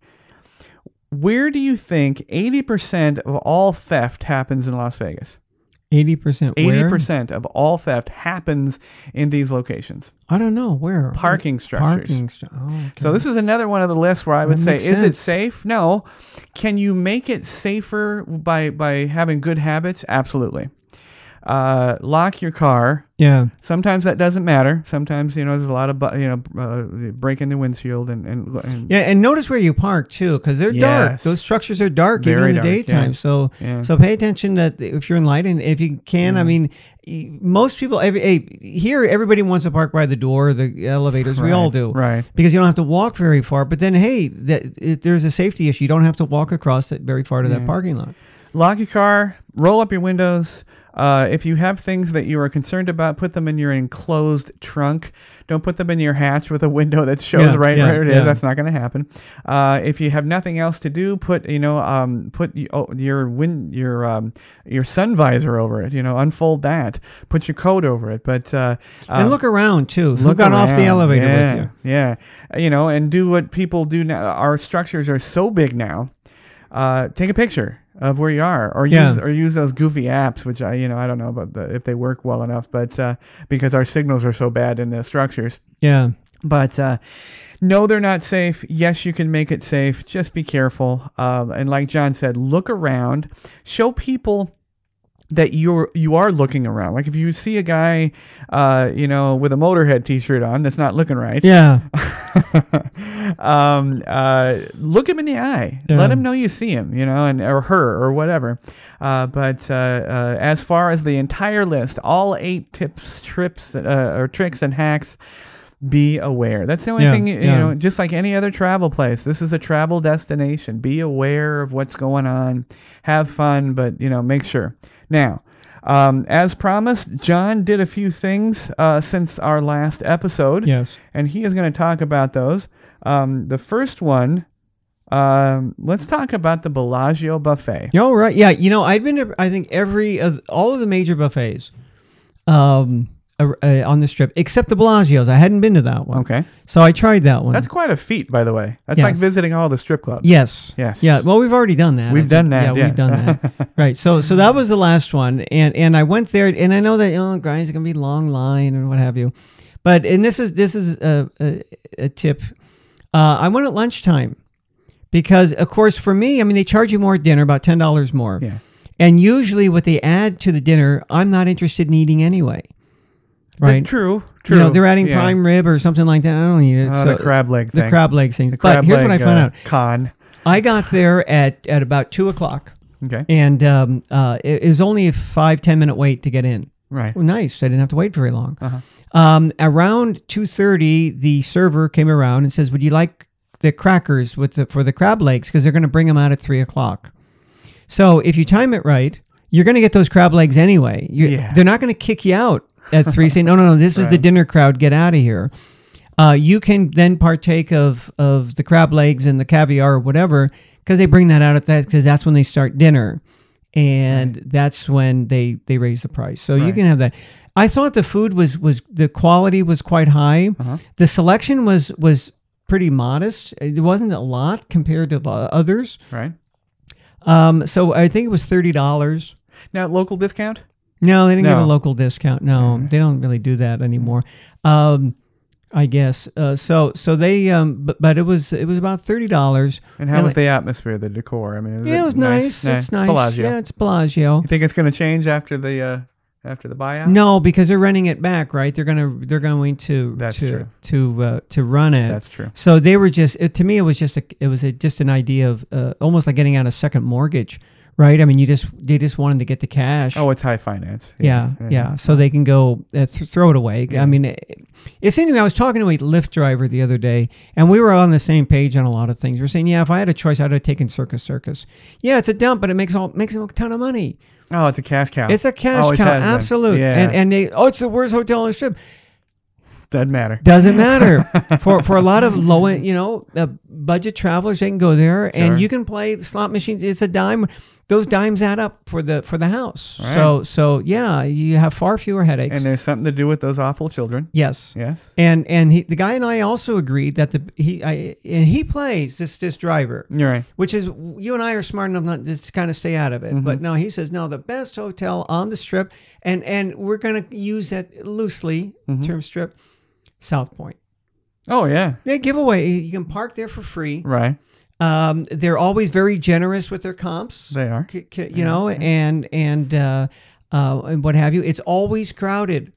S1: Where do you think 80% of all theft happens in Las Vegas?
S2: Eighty percent.
S1: 80% of all theft happens in these locations,
S2: I don't know where
S1: parking structures.
S2: Parking. St- oh, okay.
S1: So this is another one of the lists where I would
S2: That
S1: say,
S2: makes
S1: is it
S2: sense.
S1: safe? No. Can you make it safer by by having good habits? Absolutely. Uh, lock your car.
S2: yeah.
S1: Sometimes that doesn't matter. Sometimes you know there's a lot of bu- you know uh, breaking the windshield and and, and
S2: Yeah, and notice where you park too, because they're dark.
S1: Yes.
S2: Those structures are dark
S1: Very
S2: even in the
S1: dark, yeah.
S2: daytime. So,
S1: Yeah. Mm.
S2: so pay attention that if you're in light and if you can, I mean, y- most people every hey, here everybody wants to park by the door, the elevators. We all
S1: Right,
S2: do,
S1: right.
S2: Because you don't have to walk very far. But then, hey, that if there's a safety issue. You don't have to walk across it very far to that parking lot.
S1: lock your car, roll up your windows. Uh, if you have things that you are concerned about, put them in your enclosed trunk. Don't put them in your hatch with a window that shows
S2: Yeah,
S1: right
S2: yeah,
S1: where it is.
S2: yeah.
S1: That's not going to happen. Uh, if you have nothing else to do, put you know um, put y- oh, your win your um, your sun visor over it. You know, unfold that. Put your coat over it. But uh,
S2: and
S1: um,
S2: look around too. Who got off the
S1: around.
S2: elevator
S1: yeah,
S2: with you?
S1: Yeah, you know, and do what people do now. Our structures are so big now. Uh, take a picture of where you are, or
S2: Yeah.
S1: use or use those goofy apps, which I you know I don't know about the, if they work well enough, but uh, because our signals are so bad in the structures.
S2: Yeah.
S1: But uh, no, they're not safe. Yes, you can make it safe. Just be careful. Um, and like John said, look around. Show people that you're you are looking around. Like if you see a guy, uh, you know, with a Motorhead T-shirt on that's not looking right.
S2: Yeah.
S1: um, uh, look him in the eye.
S2: Yeah.
S1: Let him know you see him, you know, and or her or whatever. Uh, but uh, uh, as far as the entire list, all eight tips, trips, uh, or tricks and hacks. Be aware. That's the only
S2: Yeah,
S1: thing you
S2: yeah.
S1: know. Just like any other travel place, this is a travel destination. Be aware of what's going on. Have fun, but you know, make sure. Now, um, as promised, John did a few things uh, since our last episode
S2: Yes.
S1: and he is going to talk about those. Um, the first one, um, let's talk about the Bellagio buffet.
S2: You're all right. Yeah, you know, I've been to I think every of all of the major buffets um ar- uh, on this trip except the Bellagio's. I hadn't been to that one.
S1: Okay,
S2: So I tried that one.
S1: that's quite a feat, by the way. That's
S2: Yes.
S1: like visiting all the strip clubs.
S2: yes.
S1: Yes.
S2: Yeah, well we've already done that.
S1: We've
S2: I think.
S1: done that,
S2: Yeah,
S1: yes.
S2: we've done that. right. So so that was the last one and and I went there and I know that oh guys it's going to be long line and what have you. But and this is this is a a, a tip. Uh, I went at lunchtime because of course for me, I mean they charge you more at dinner about $10 more.
S1: Yeah.
S2: And usually, what they add to the dinner, I'm not interested in eating anyway.
S1: Th-
S2: Right?
S1: True. True.
S2: you know, they're adding
S1: Yeah.
S2: prime rib or something like that. I don't eat it.
S1: Uh, the crab leg
S2: the
S1: thing.
S2: crab leg thing.
S1: The
S2: but
S1: crab
S2: here's
S1: leg,
S2: what I found
S1: uh,
S2: out.
S1: Con.
S2: I got there at at about two o'clock,
S1: Okay.
S2: and um, uh, it, it was only a five ten minute wait to get in.
S1: Right.
S2: Well, nice. I didn't have to wait very long. Um, around two thirty, the server came around and says, "Would you like the crackers with the for the crab legs? Because they're going to bring them out at three o'clock." So if you time it right, you're going to get those crab legs anyway. you
S1: Yeah.
S2: They're not going to kick you out at three, saying, "No, no, no, this is the dinner crowd. Get out of here." Uh, you can then partake of of the crab legs and the caviar or whatever because they bring that out at that because that's when they start dinner, and that's when they they raise the price. So you
S1: Right.
S2: can have that. I thought the food was was the quality was quite high.
S1: Uh-huh.
S2: The selection was was pretty modest. It wasn't a lot compared to uh, others.
S1: Right.
S2: Um, so I think it was thirty dollars.
S1: Now, local discount?
S2: No, they didn't give
S1: No. Mm-hmm.
S2: a local discount. No, they don't really do that anymore. Um, I guess. Uh, so so they um, but, but it was it was about thirty dollars.
S1: And how was the atmosphere, the decor? I mean, is
S2: Yeah, it was nice. It's nice.
S1: Bellagio.
S2: Yeah, it's Bellagio.
S1: You think it's going to change after the uh, after the buyout?
S2: No, because they're renting it back, right? They're gonna they're going to
S1: That's
S2: to
S1: true.
S2: to uh, to run it.
S1: That's true.
S2: So they were just it, to me. It was just a, it was a, just an idea of uh, almost like getting out a second mortgage, right? I mean, you just they just wanted to get the cash.
S1: Oh, it's high finance.
S2: yeah, yeah. So they can go uh, th- throw it away.
S1: Yeah.
S2: I mean, it, it's interesting. I was talking to a Lyft driver the other day, and we were on the same page on a lot of things. We are saying, yeah, if I had a choice, I'd have taken Circus Circus. Yeah, it's a dump, but it makes all makes a ton of money.
S1: Oh, it's a cash cow.
S2: It's a cash
S1: Always
S2: cow,
S1: has been.
S2: absolute.
S1: Yeah.
S2: And and they oh, it's the worst hotel on the strip.
S1: Doesn't matter.
S2: Doesn't matter for for a lot of low end, you know, uh, budget travelers. They can go there,
S1: Sure.
S2: and you can play the slot machines. It's a dime. Those dimes add up for the for the house. So so yeah, you have far fewer headaches.
S1: And there's something to do with those awful children.
S2: yes.
S1: Yes.
S2: And and he, the guy and I also agreed that the he I, and he plays this this driver,
S1: You're right.
S2: which is you and I are smart enough not just to kind of stay out of it. But no, he says no, the best hotel on the strip, and and we're gonna use that loosely term strip, South Point.
S1: Oh, yeah.
S2: They give away you can park there for free.
S1: Right.
S2: Um, they're always very generous with their comps.
S1: They are.
S2: c- c- you know, and and uh, uh, and what have you. It's always crowded.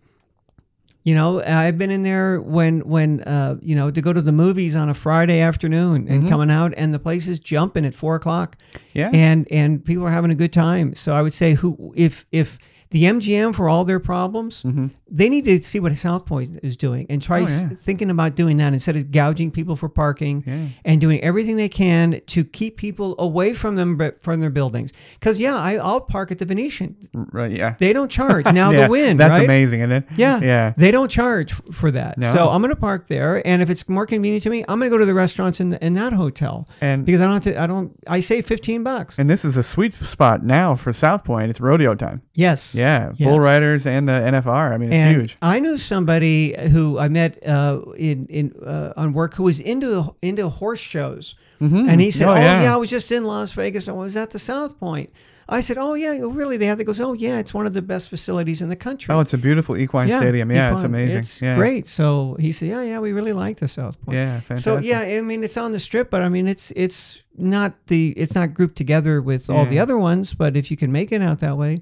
S2: You know, I've been in there when when uh, you know to go to the movies on a Friday afternoon
S1: Mm-hmm.
S2: and coming out, and the place is jumping at four o'clock,
S1: Yeah.
S2: and and people are having a good time. So I would say, who if if the MGM for all their problems, they need to see what South Point is doing and try
S1: Mm-hmm. Oh,
S2: s-
S1: yeah.
S2: thinking about doing that instead of gouging people for parking
S1: Yeah.
S2: and doing everything they can to keep people away from them but from their buildings. Because yeah, I, I'll park at the Venetian.
S1: Right. Yeah.
S2: They don't charge now.
S1: yeah.
S2: the win.
S1: That's
S2: right?
S1: amazing, isn't it?
S2: Yeah,
S1: Yeah.
S2: They don't charge f- for that.
S1: No.
S2: So I'm going to park there, and if it's more convenient to me, I'm going to go to the restaurants in, the, in that hotel
S1: And
S2: because I don't have to. I don't. I save 15 bucks.
S1: and this is a sweet spot now for South Point. It's rodeo time.
S2: yes.
S1: Yeah.
S2: Yes.
S1: Bull riders and the NFR. I mean, it's
S2: And
S1: huge.
S2: I knew somebody who I met uh, in in uh, on work who was into into horse shows, and he said,
S1: Oh,
S2: "Oh,
S1: yeah.
S2: yeah. I was just in Las Vegas. I was at the South Point." I said, "Oh yeah, oh, really?" They have. They goes, "Oh yeah, it's one of the best facilities in the country."
S1: Oh, it's a beautiful equine stadium. Yeah, it's
S2: Yukon.
S1: amazing.
S2: It's
S1: yeah.
S2: great. So he said, "Yeah, yeah, we really like the South Point."
S1: Yeah, fantastic.
S2: So yeah, I mean it's on the strip, but I mean it's it's not the it's not grouped together with all the
S1: Yeah.
S2: other ones. But if you can make it out that way,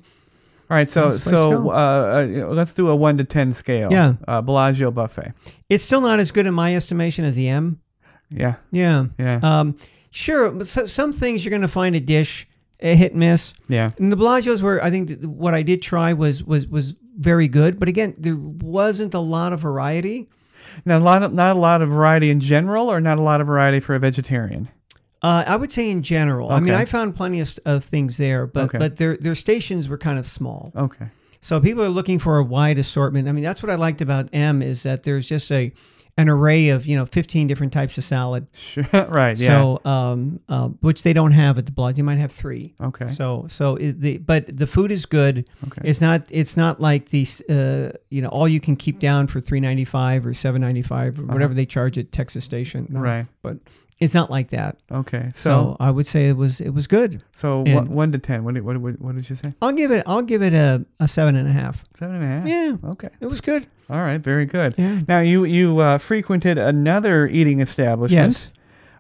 S1: All right, so
S2: Nice place to
S1: so
S2: go.
S1: uh, uh, you know, let's do a one to ten scale.
S2: Yeah.
S1: Uh, Bellagio buffet.
S2: it's still not as good in my estimation as the M.
S1: Yeah.
S2: Yeah.
S1: Yeah.
S2: Um, sure. but So, some things you're going to find a dish a hit and miss.
S1: yeah.
S2: And the Bellagios were, I think, th- what I did try was was was very good, but again, there wasn't a lot of variety.
S1: Now, a lot of, not a lot of variety in general, or not a lot of variety for a vegetarian.
S2: Uh, I would say in general. I mean,
S1: Okay.
S2: I found plenty of, s- of things there, but
S1: Okay.
S2: but their their stations were kind of small,
S1: Okay.
S2: so people are looking for a wide assortment. I mean, that's what I liked about M is that there's just a an array of you know 15 different types of salad.
S1: Sure. right. Yeah.
S2: So, um, uh, which they don't have at the Bellagio. They might have three.
S1: okay.
S2: So so it, the but the food is good.
S1: Okay.
S2: It's not it's not like these uh, you know all you can keep down for three ninety five or seven ninety five or whatever they charge at Texas Station. No.
S1: Uh-huh. Right.
S2: But it's not like that.
S1: okay. So
S2: So I would say it was it was good.
S1: so,
S2: and-
S1: one, one to ten. What did, what, what, what did you say?
S2: I'll give it I'll give it a, a seven and a half.
S1: Seven and a half.
S2: Yeah.
S1: Okay.
S2: It was good.
S1: All right. Very good.
S2: Yeah.
S1: Now you you uh, frequented another eating establishment.
S2: Yes.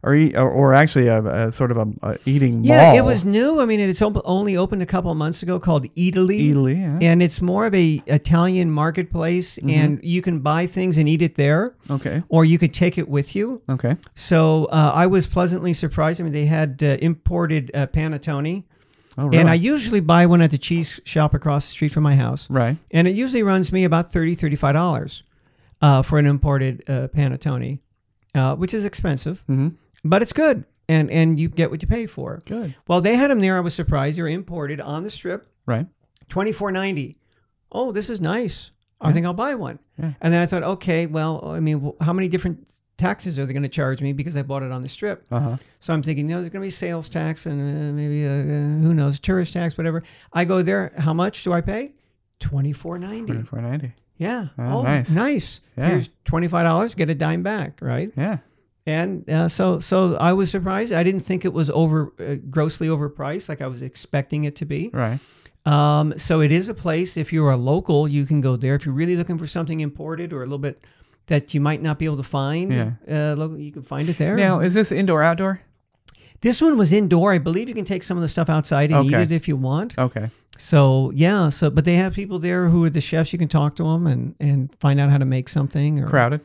S1: Or, e- or, or actually a, a sort of a, a eating
S2: Yeah,
S1: mall.
S2: it was new. I mean, it's op- only opened a couple of months ago called Italy.
S1: Ely, yeah.
S2: And it's more of a Italian marketplace
S1: Mm-hmm.
S2: and you can buy things and eat it there
S1: Okay.
S2: or you could take it with you.
S1: Okay.
S2: So uh, I was pleasantly surprised. I mean, they had uh, imported uh, panettone,
S1: Oh, really?
S2: and I usually buy one at the cheese shop across the street from my house,
S1: right.
S2: and it usually runs me about $30, $35 uh, for an imported uh, panettone, uh, which is expensive,
S1: Mhm.
S2: but it's good, and, and you get what you pay for.
S1: Good.
S2: Well, they had them there. I was surprised. They were imported on the strip,
S1: Right.
S2: twenty four ninety. Oh, this is nice. I think I'll buy one.
S1: Yeah.
S2: And then I thought, okay, well, I mean, wh- how many different taxes are they going to charge me because I bought it on the strip?
S1: Uh huh.
S2: So I'm thinking, you know, there's going to be sales tax and uh, maybe uh, uh, who knows, tourist tax, whatever. I go there. How much do I pay? Twenty four ninety.
S1: Twenty-four ninety.
S2: Yeah.
S1: Oh, nice.
S2: Nice.
S1: Yeah.
S2: Here's twenty five dollars. Get a dime back, right?
S1: Yeah.
S2: And uh, so, so I was surprised. I didn't think it was over uh, grossly overpriced, like I was expecting it to be.
S1: Right.
S2: Um, so it is a place. If you're a local, you can go there. If you're really looking for something imported or a little bit that you might not be able to find,
S1: Yeah.
S2: uh, local, you can find it there.
S1: Now, is this indoor outdoor?
S2: This one was indoor. I believe you can take some of the stuff outside and
S1: Okay.
S2: eat it if you want.
S1: Okay.
S2: So yeah, so but they have people there who are the chefs. You can talk to them and and find out how to make something. Or,
S1: Crowded.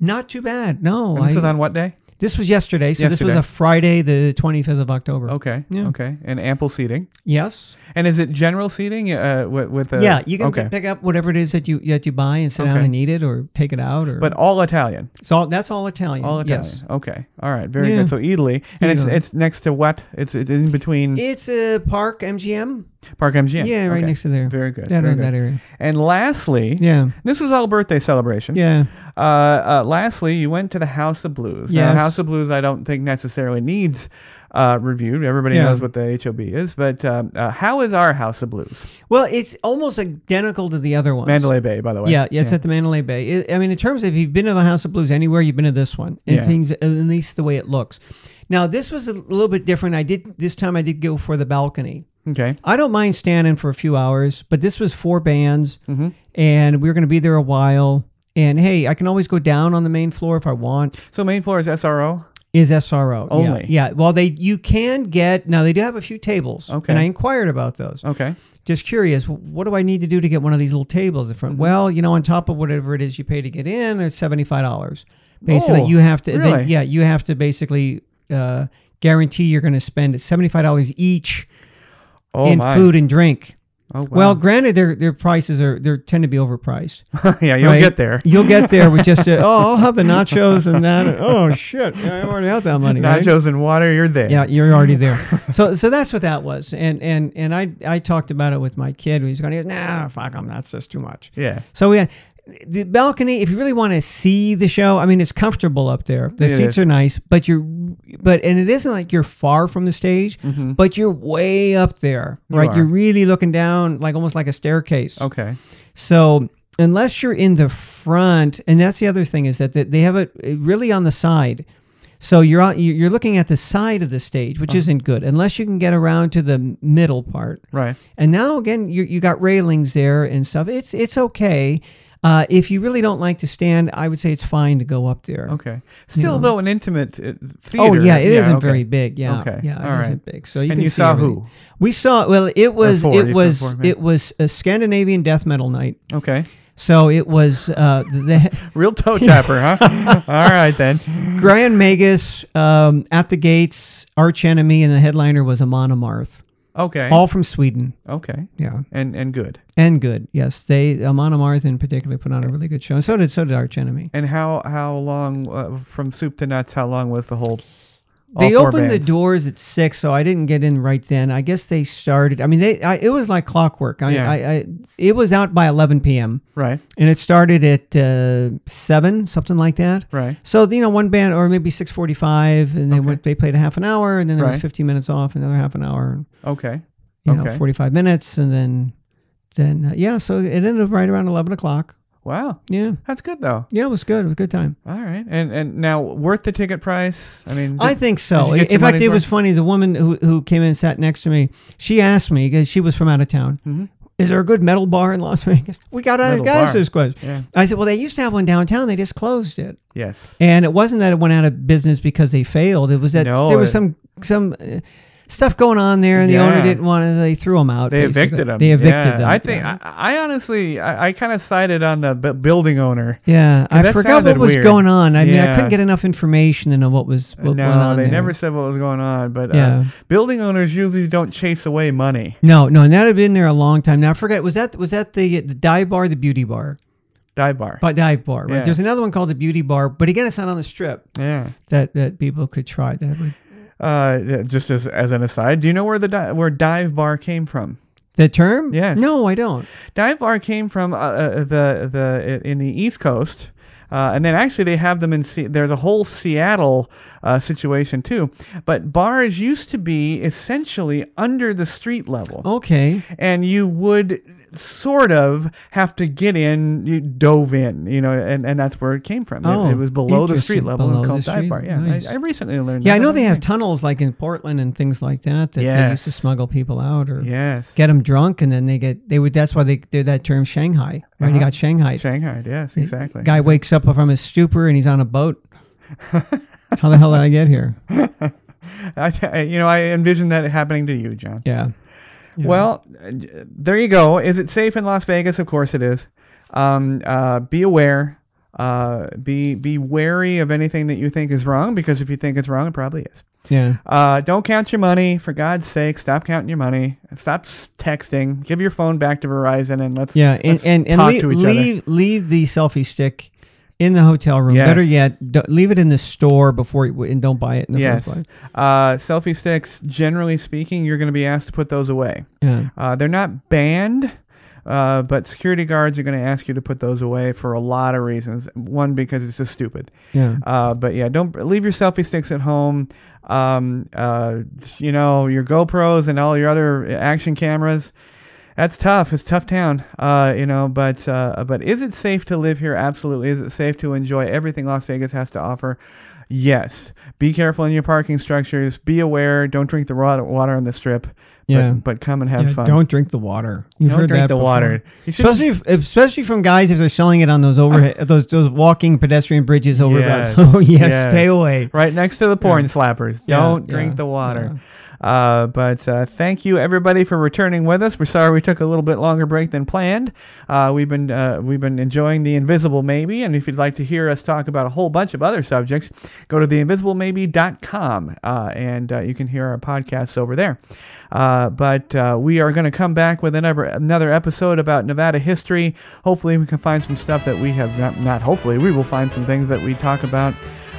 S2: Not too bad. No,
S1: And this
S2: I- E.
S1: is on what day?
S2: this was yesterday. So this
S1: Yesterday.
S2: was a Friday, the twenty fifth of October.
S1: Okay.
S2: Yeah.
S1: Okay. And ample seating.
S2: Yes.
S1: And is it general seating? Uh, with, with a,
S2: yeah, you can
S1: okay.
S2: pick up whatever it is that you that you buy and sit down
S1: Okay.
S2: and eat it or take it out or.
S1: But all Italian.
S2: so that's all Italian.
S1: All Italian.
S2: Yes.
S1: Okay. All right. Very
S2: Yeah.
S1: good. So Italy, and it's
S2: Italy.
S1: it's next to what? It's it's in between
S2: It's a park MGM.
S1: Park MGM.
S2: Yeah, right
S1: Okay.
S2: next to there.
S1: Very good.
S2: That,
S1: very good.
S2: that area.
S1: And lastly,
S2: Yeah.
S1: this was all birthday celebration.
S2: Yeah.
S1: Uh, uh, lastly, you went to the House of Blues. Now,
S2: Yes.
S1: House of Blues, I don't think necessarily needs uh, reviewed. Everybody
S2: Yeah.
S1: knows what the HOB is. But um, uh, how is our House of Blues?
S2: Well, it's almost identical to the other ones.
S1: Mandalay Bay, by the way.
S2: Yeah, yeah, it's at the Mandalay Bay. It- I mean, in terms of if you've been to the House of Blues anywhere, you've been to this one. And
S1: Yeah.
S2: things, at least the way it looks. Now, this was a little bit different. I did this time. I did go for the balcony.
S1: Okay.
S2: I don't mind standing for a few hours, but this was four bands,
S1: Mm-hmm.
S2: and we were going to be there a while. And hey, I can always go down on the main floor if I want.
S1: So main floor is SRO.
S2: Is SRO Yeah,
S1: Only.
S2: Yeah. Well, they you can get now. They do have a few tables.
S1: Okay.
S2: And I inquired about those
S1: Okay.
S2: just curious, what do I need to do to get one of these little tables in
S1: Mm-hmm.
S2: front? Well, you know, on top of whatever it is you pay to get in, it's seventy five dollars. Basically,
S1: Oh,
S2: you have to, they-
S1: really?
S2: yeah, you have to basically uh, guarantee you're going to spend seventy five dollars each
S1: Oh
S2: in
S1: my.
S2: food and drink.
S1: Oh wow.
S2: Well, granted, their their prices are they tend to be overpriced.
S1: yeah, you'll
S2: right?
S1: get there.
S2: You'll get there with just a, oh, I'll have the nachos and that. Oh shit, I already have that money. right?
S1: Nachos and water, you're there.
S2: Yeah, you're already there. so so that's what that was. And and and I I talked about it with my kid. He's going, nah, fuck them. That's just too much.
S1: Yeah.
S2: So we had the balcony. If you really want to see the show, I mean, it's comfortable up there. The
S1: It
S2: seats
S1: is.
S2: are nice, but you're but and it isn't like you're far from the stage, but you're way up there, right?
S1: Mm-hmm. are. Oh.
S2: You're really looking down, like almost like a staircase.
S1: Okay.
S2: So unless you're in the front, and that's the other thing is that they- they have it really on the side. So you're on, you- you're looking at the side of the stage,
S1: Uh-huh.
S2: which isn't good unless you can get around to the middle part.
S1: Right.
S2: And now again, you you got railings there and stuff. It's it's okay. Uh, if you really don't like to stand, I would say it's fine to go up there.
S1: Okay. Still, though, an intimate uh, theater.
S2: Oh yeah, it not
S1: okay.
S2: very big. Yeah,
S1: Okay.
S2: yeah, it
S1: All right.
S2: not big. So you
S1: And
S2: can
S1: you
S2: see
S1: saw
S2: everything.
S1: who?
S2: We saw. Well, it was
S1: four, you
S2: it
S1: saw
S2: was
S1: four men.
S2: it was a Scandinavian death metal night.
S1: Okay.
S2: So it was uh, the
S1: Real toe tapper, huh? All right then.
S2: Grand Magus um, at the gates, arch enemy, and the headliner was Amon Amarth,
S1: Okay.
S2: all from Sweden.
S1: Okay.
S2: Yeah,
S1: And and good.
S2: and good. Yes, they Amon Amarth in particular put on a really good show, and so did so did arch enemy.
S1: And how how long uh, from soup to nuts? How long was the whole? all
S2: They
S1: four
S2: opened the
S1: bands?
S2: doors at six, so I didn't get in right then. I guess they started. I mean, they I, it was like clockwork. I,
S1: Yeah.
S2: I, I it was out by eleven p.m.
S1: Right.
S2: and it started at uh, seven, something like that.
S1: Right.
S2: So you know, one band or maybe six forty-five, and they went. They played a half an hour, and then there
S1: Right.
S2: was fifteen minutes off, another half an hour, and,
S1: Okay.
S2: you know,
S1: Okay.
S2: forty-five minutes, and then then uh, yeah. So it ended up right around eleven o'clock.
S1: Wow.
S2: Yeah,
S1: That's good though.
S2: yeah, it was good. It was a good time.
S1: All right. And and now worth the ticket price? I mean,
S2: I
S1: did-
S2: think
S1: did
S2: so.
S1: you get
S2: In
S1: your
S2: fact,
S1: money's
S2: it was funny. The woman who, who came in and sat next to me, she asked me because she was from out of town.
S1: mm-hmm.
S2: Is there a good metal bar in Las Vegas? We got out
S1: Metal
S2: of guys
S1: bar.
S2: this question.
S1: Yeah.
S2: I said, well, they used to have one downtown. They just closed it,
S1: yes.
S2: and it wasn't that it went out of business because they failed. It was that
S1: No,
S2: there was
S1: it-
S2: some some uh, stuff going on there, and the
S1: Yeah.
S2: owner didn't want to. They threw them out.
S1: They
S2: basically.
S1: evicted them.
S2: They evicted
S1: yeah.
S2: them.
S1: I think
S2: Yeah.
S1: I, I honestly I, I kind of sided on the bu- building owner.
S2: Yeah, I
S1: that
S2: forgot what
S1: sounded
S2: was
S1: weird.
S2: going on. I mean, I
S1: Yeah.
S2: couldn't get enough information to know what was what went
S1: No,
S2: on
S1: they
S2: there.
S1: never said what was going on, but uh,
S2: Yeah.
S1: building owners usually don't chase away money.
S2: No, no, and that had been there a long time. Now I forget. Was that was that the the dive bar, the beauty bar,
S1: Dive bar.
S2: but dive bar? Right.
S1: Yeah.
S2: There's another one called the beauty bar, but again, it's not on the strip
S1: yeah.
S2: that that people could try. That would
S1: Uh, yeah, just as as an aside, do you know where the di- where dive bar came from?
S2: The term?
S1: Yes.
S2: No, I don't.
S1: Dive bar came from uh, uh, the the in the East Coast, uh, and then actually they have them in. Se- there's a whole Seattle uh, situation too. But bars used to be essentially under the street level,
S2: Okay.
S1: and you would sort of have to get in. You dove in, you know, and, and that's where it came from. It-
S2: Oh,
S1: it, was below the street
S2: interesting.
S1: level
S2: Below
S1: and called
S2: the
S1: dive
S2: street.
S1: bar. Yeah,
S2: Nice.
S1: I, I recently learned.
S2: Yeah,
S1: that.
S2: I know
S1: That's
S2: they have
S1: nice.
S2: tunnels like in Portland and things like that that they used to
S1: Yes.
S2: smuggle people out or
S1: Yes.
S2: get them drunk, and then they get they would. That's why they did that term Shanghai. Right? You
S1: Uh-huh.
S2: got Shanghai.
S1: Shanghai. Yes, exactly.
S2: Guy wakes up from his stupor and he's on a boat. How the hell did I get here?
S1: I, I- you know, I envision that happening to you, John.
S2: Yeah. Yeah.
S1: Well, uh, there you go. Is it safe in Las Vegas? Of course it is. Um, uh, be aware. Uh, be be wary of anything that you think is wrong because if you think it's wrong, it probably is.
S2: Yeah.
S1: Uh, don't count your money. For God's sake, stop counting your money. Stop s- texting. Give your phone back to Verizon and let's
S2: Yeah. And
S1: let's
S2: and, and
S1: talk
S2: leave,
S1: to each other.
S2: leave leave the selfie stick in the hotel room.
S1: Yes.
S2: Better yet, do, leave it in the store before you, and don't buy it in the first
S1: Yes.
S2: place.
S1: Uh, selfie sticks. Generally speaking, you're going to be asked to put those away.
S2: Yeah.
S1: Uh, they're not banned, uh, but security guards are going to ask you to put those away for a lot of reasons. One, because it's just stupid.
S2: Yeah.
S1: Uh, but yeah, don't leave your selfie sticks at home. Um, uh, you know your GoPros and all your other uh, action cameras. That's tough. It's tough town. Uh, you know, but uh, but is it safe to live here? Absolutely. Is it safe to enjoy everything Las Vegas has to offer? Yes. Be careful in your parking structures. Be aware. Don't drink the raw water on the strip.
S2: Yeah.
S1: But, but come and have
S2: Yeah,
S1: fun.
S2: Don't drink the water. You've
S1: Don't
S2: heard
S1: drink
S2: that
S1: the
S2: before.
S1: water. You should
S2: Especially, if, especially from guys if they're selling it on those overhead, those those walking pedestrian bridges over.
S1: Yes,
S2: oh yes,
S1: yes.
S2: stay away.
S1: right next to the porn slappers.
S2: Yeah,
S1: Don't
S2: yeah,
S1: drink the water. Uh, but uh, thank you everybody for returning with us. We're sorry we took a little bit longer break than planned. Uh, we've been uh, we've been enjoying the Invisible Maybe, and if you'd like to hear us talk about a whole bunch of other subjects, go to theinvisiblemaybe.com uh, and uh, you can hear our podcasts over there. Uh, but uh, we are going to come back with another another episode about Nevada history. Hopefully, we can find some stuff that we have not, not hopefully we will find some things that we talk about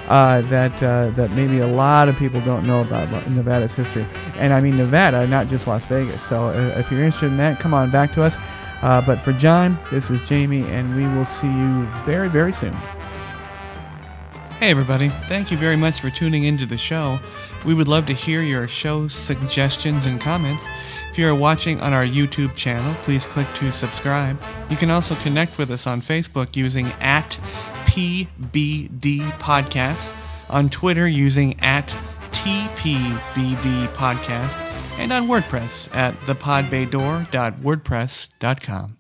S1: uh, that uh, that maybe a lot of people don't know about Lo- Nevada's history, and I mean Nevada, not just Las Vegas. So uh, if you're interested in that, come on back to us. Uh, but for John, this is Jamie, and we will see you very, very soon. Hey, everybody. Thank you very much for tuning into the show. We would love to hear your show suggestions and comments. If you are watching on our YouTube channel, please click to subscribe. You can also connect with us on Facebook using at PBD Podcast, on Twitter using at TPBD Podcast, and on WordPress at thepodbaydoor.wordpress.com.